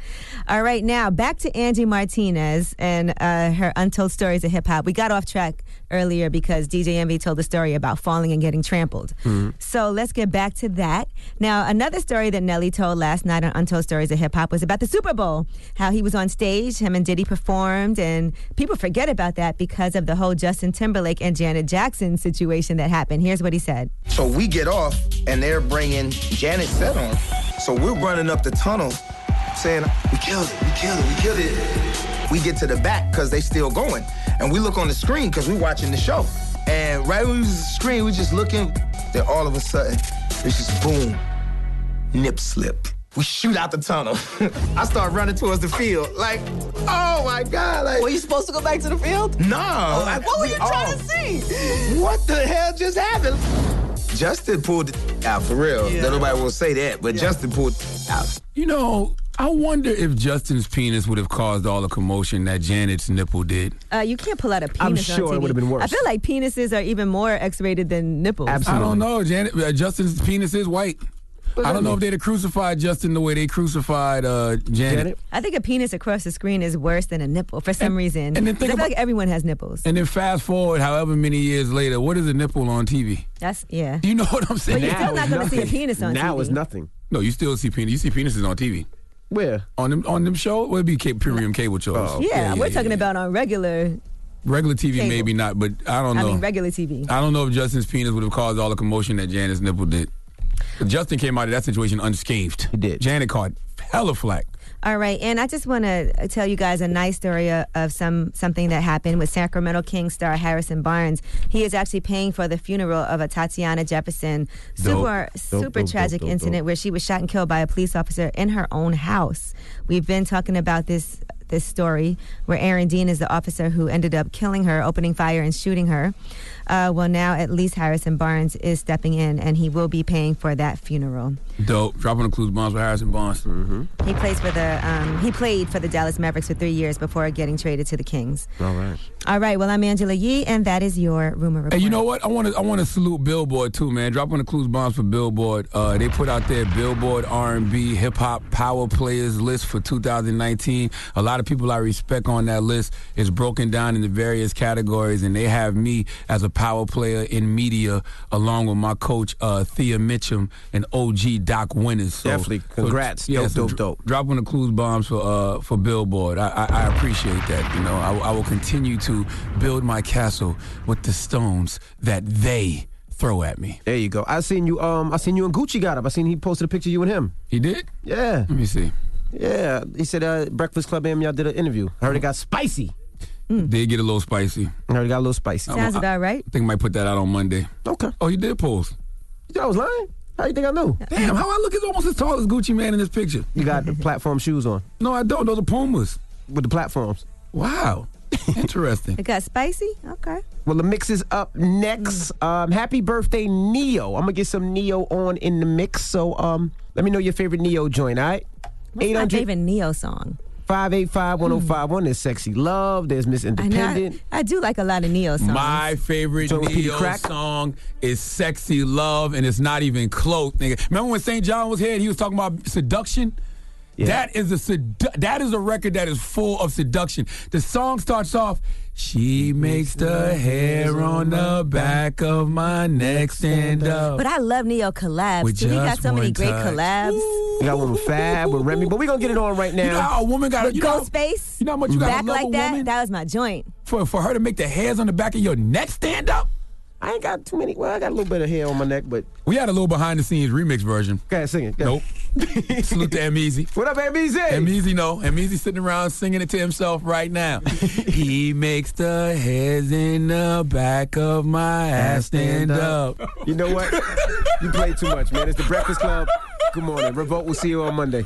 S3: All right, now back to Angie Martinez and uh, her untold stories of hip hop. We got off track earlier because DJ Envy told the story about falling and getting trampled. So let's get back to that. Now, another story that Nelly told last night on Untold Stories of Hip Hop was about the Super Bowl. How he was on stage, him and Diddy performed, and people forget about that because of the whole Justin Timberlake and Janet Jackson situation that happened. Here's what he said.
S22: So we get off, and they're bringing Janet Set on. So we're running up the tunnel, saying, "We killed it! We killed it! We killed it!" We get to the back because they still going, and we look on the screen because we watching the show. And right when we was the screen, we just looking. Then all of a sudden, it's just boom, nip slip. We shoot out the tunnel. I start running towards the field, like, oh my god! Like, were you supposed to go back to the field? No.
S19: Oh, what were you trying to
S22: see? What the hell just happened? Justin pulled it out for real.
S9: Yeah.
S22: Nobody will say that, but Justin pulled it out.
S9: You know, I wonder if Justin's penis would have caused all the commotion that Janet's nipple did.
S3: Uh, you can't pull out a penis.
S9: I'm
S3: on
S9: sure it
S3: TV.
S9: would've been worse.
S3: I feel like penises are even more X-rated than nipples.
S9: I don't know. Janet uh, Justin's penis is white. I don't know if they'd have crucified Justin the way they crucified uh, Janet.
S3: I think a penis across the screen is worse than a nipple for some reason.
S9: and then
S3: 'Cause
S9: think
S3: I feel like everyone has nipples.
S9: And then fast forward however many years later, what is a nipple on TV?
S3: That's yeah.
S9: You know what I'm saying?
S3: But you're still not going to see a penis on TV.
S9: nothing. No, you still see penis. You see penises on TV. Where Oh, on them on them show? Well, it'd be ca- premium cable shows.
S21: Oh,
S3: Yeah, we're talking about on regular.
S9: regular TV,
S3: cable.
S9: maybe not, but I
S3: I,
S9: don't know.
S3: mean, regular TV.
S9: I don't know if Justin's penis would have caused all the commotion that Janet's nipple did. Justin came out of that situation unscathed. He did. Janet caught hella flack.
S3: All right, and I just want to tell you guys a nice story uh, of some something that happened with Sacramento Kings star Harrison Barnes. He is actually paying for the funeral of a Tatiana Jefferson
S21: Dope.
S3: super
S21: Dope,
S3: super
S21: dope, dope,
S3: tragic
S21: dope,
S3: incident
S21: dope.
S3: where she was shot and killed by a police officer in her own house. We've been talking about this this story where Aaron Dean is the officer who ended up killing her, opening fire and shooting her. Uh, well, now at least Harrison Barnes is stepping in, and he will be paying for that funeral.
S9: Dope. Dropping the clues bombs with Harrison Barnes. Mm-hmm.
S3: He plays for the um, he played for the Dallas Mavericks for three years before getting traded to the Kings.
S9: Mm-hmm. All right.
S3: All right, well I'm Angela Yee, and that is your rumor report.
S9: Hey, you know what? I want to I want to salute Billboard too, man. Dropping the clues bombs for Billboard. Uh, they put out their Billboard R&B Hip Hop Power Players list for 2019. A lot of people I respect on that list is broken down into various categories, and they have me as a power player in media, along with my coach uh, Thea Mitchum and OG Doc Winters. So,
S4: Definitely.
S9: so-
S4: Congrats. Dope,
S9: so
S4: dope,
S9: dr-
S4: dope.
S9: Dropping the clues bombs for uh, for Billboard. I, I, I appreciate that. You know, I, I will continue to build my castle with the stones that they throw at me.
S4: There you go. I seen you. Um, I seen you and Gucci got up. I seen he posted a picture of you and him.
S9: He did.
S4: Yeah. Let
S9: me see.
S4: Yeah. He said uh, Breakfast Club AM. Y'all did an interview. I heard it got spicy.
S9: Did get a little spicy.
S4: I heard it Hmm. got a little spicy.
S3: Sounds about right.
S9: I think I might put that out on Monday.
S4: Okay.
S9: Oh, you did post.
S4: I was lying. How you think I know?
S9: Damn, how I look is almost as tall as Gucci Man in this picture.
S4: You got the platform shoes on.
S9: No, I don't. Those are Pumas.
S4: With the platforms.
S9: Wow. Interesting.
S3: It got spicy? Okay.
S4: Well, the mix is up next. Um, happy birthday, Neo. I'm gonna get some Neo on in the mix. So um, let me know your favorite Neo joint. All right.
S3: What's my favorite Neo song?
S4: 585-1051. There's Sexy Love. There's Miss
S3: I, know,
S4: Independent.
S3: I, I do like a lot of Neo songs.
S9: My favorite
S4: Joint with Petey
S9: Neo
S4: Crack?
S9: song is "Sexy Love," and it's not even close, nigga. Remember when St. John was here and he was talking about seduction? That is a sedu- that is a record that is full of seduction. The song starts off, "She makes the hair on the back of my neck stand up."
S3: But I love Neo collabs.
S9: With
S3: too. He got
S9: just
S3: so many
S9: one
S3: great
S9: touch.
S3: collabs.
S4: We got one with Fab, with Remy, but we're gonna get it on right now.
S9: You know how a woman got
S3: With
S9: you know,
S3: Ghostface.
S9: You know how much you gotta
S3: Back
S9: love
S3: like
S9: a
S3: that.
S9: woman?
S3: That was my joint.
S9: for for her to make the hairs on the back of your neck stand up.
S4: I ain't got too many. Well, I got a little bit of hair on my neck, but
S9: We had a little behind the scenes remix version.
S4: Go ahead, sing it.
S9: Nope. Salute to M Easy.
S4: What up, M Easy?
S9: M Easy, no. M Easy sitting around singing it to himself right now. he makes the hairs in the back of my ass stand up.
S4: You know what? you play too much, man. It's the Breakfast Club. Good morning. Revolt. We'll see you on Monday.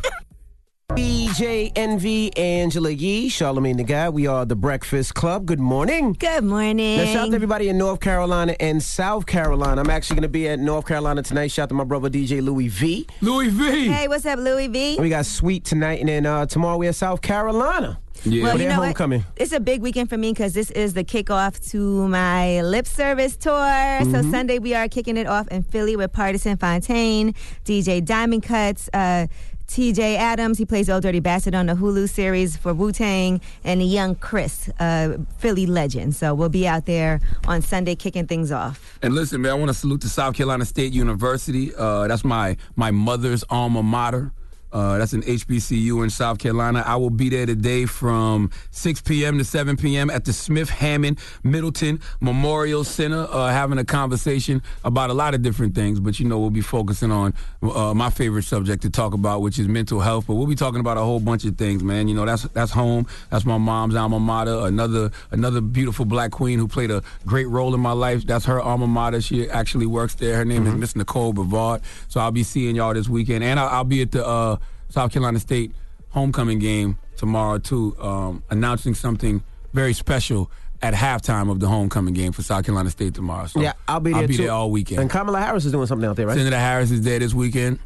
S4: BJ NV Angela Yee, Charlemagne the Guy. We are the Breakfast Club. Good morning.
S3: Good morning.
S4: Now, shout out to everybody in North Carolina and South Carolina. I'm actually going to be at North Carolina tonight. Shout out to my brother DJ Louis V.
S9: Louis V.
S3: Hey, what's up, Louis V?
S4: We got Sweet tonight, and then uh, tomorrow we have South Carolina.
S3: Well,
S4: For
S3: you
S4: their
S3: know what?
S4: homecoming.
S3: It's a big weekend for me because this is the kickoff to my lip service tour. So Sunday we are kicking it off in Philly with Partisan Fontaine, DJ Diamond Cuts, uh, TJ Adams. He plays Old Dirty Bastard on the Hulu series for Wu Tang and the Young Chris, uh, Philly legend. So we'll be out there on Sunday kicking things off.
S9: And listen, man, I want to salute to South Carolina State University. Uh, that's my my mother's alma mater. Uh, that's an HBCU in South Carolina. I will be there today from 6 p.m. to 7 p.m. at the Smith Hammond Middleton Memorial Center, uh, having a conversation about a lot of different things. But you know, we'll be focusing on uh, my favorite subject to talk about, which is mental health. But we'll be talking about a whole bunch of things, man. You know, that's that's home. That's my mom's alma mater. Another another beautiful black queen who played a great role in my life. That's her alma mater. She actually works there. Her name
S4: Mm-hmm.
S9: is Miss Nicole Brevard. So I'll be seeing y'all this weekend, and I'll, I'll be at the uh, South Carolina State homecoming game tomorrow too, um, announcing something very special at halftime of the homecoming game for South Carolina State tomorrow. So
S4: yeah, I'll be there
S9: I'll be
S4: too.
S9: there all weekend.
S4: And Kamala Harris is doing something out there, right?
S9: Senator Harris is there this weekend.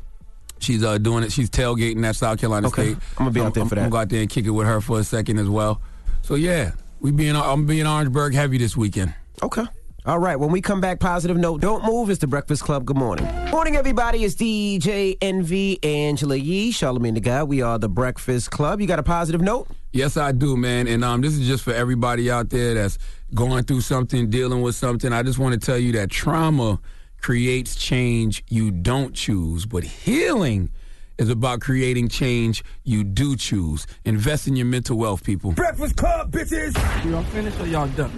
S9: She's uh, doing it. She's tailgating at South Carolina
S4: Okay.
S9: State.
S4: I'm gonna be out there for that.
S9: I'm gonna go out there and kick it with her for a second as well. So yeah, we being I'm being Orangeburg heavy this weekend.
S4: Okay. All right, when we come back, positive note. Don't move. It's the Breakfast Club. Good morning. Morning, everybody. It's DJ NV, Angela Yee, Charlemagne the Guy. We are the Breakfast Club. You got a positive note?
S9: Yes, I do, man. And um, this is just for everybody out there that's going through something, dealing with something. I just want to tell you that trauma creates change you don't choose, but healing is about creating change you do choose. Invest in your mental wealth, people.
S1: Breakfast Club, bitches. Y'all finished or y'all done?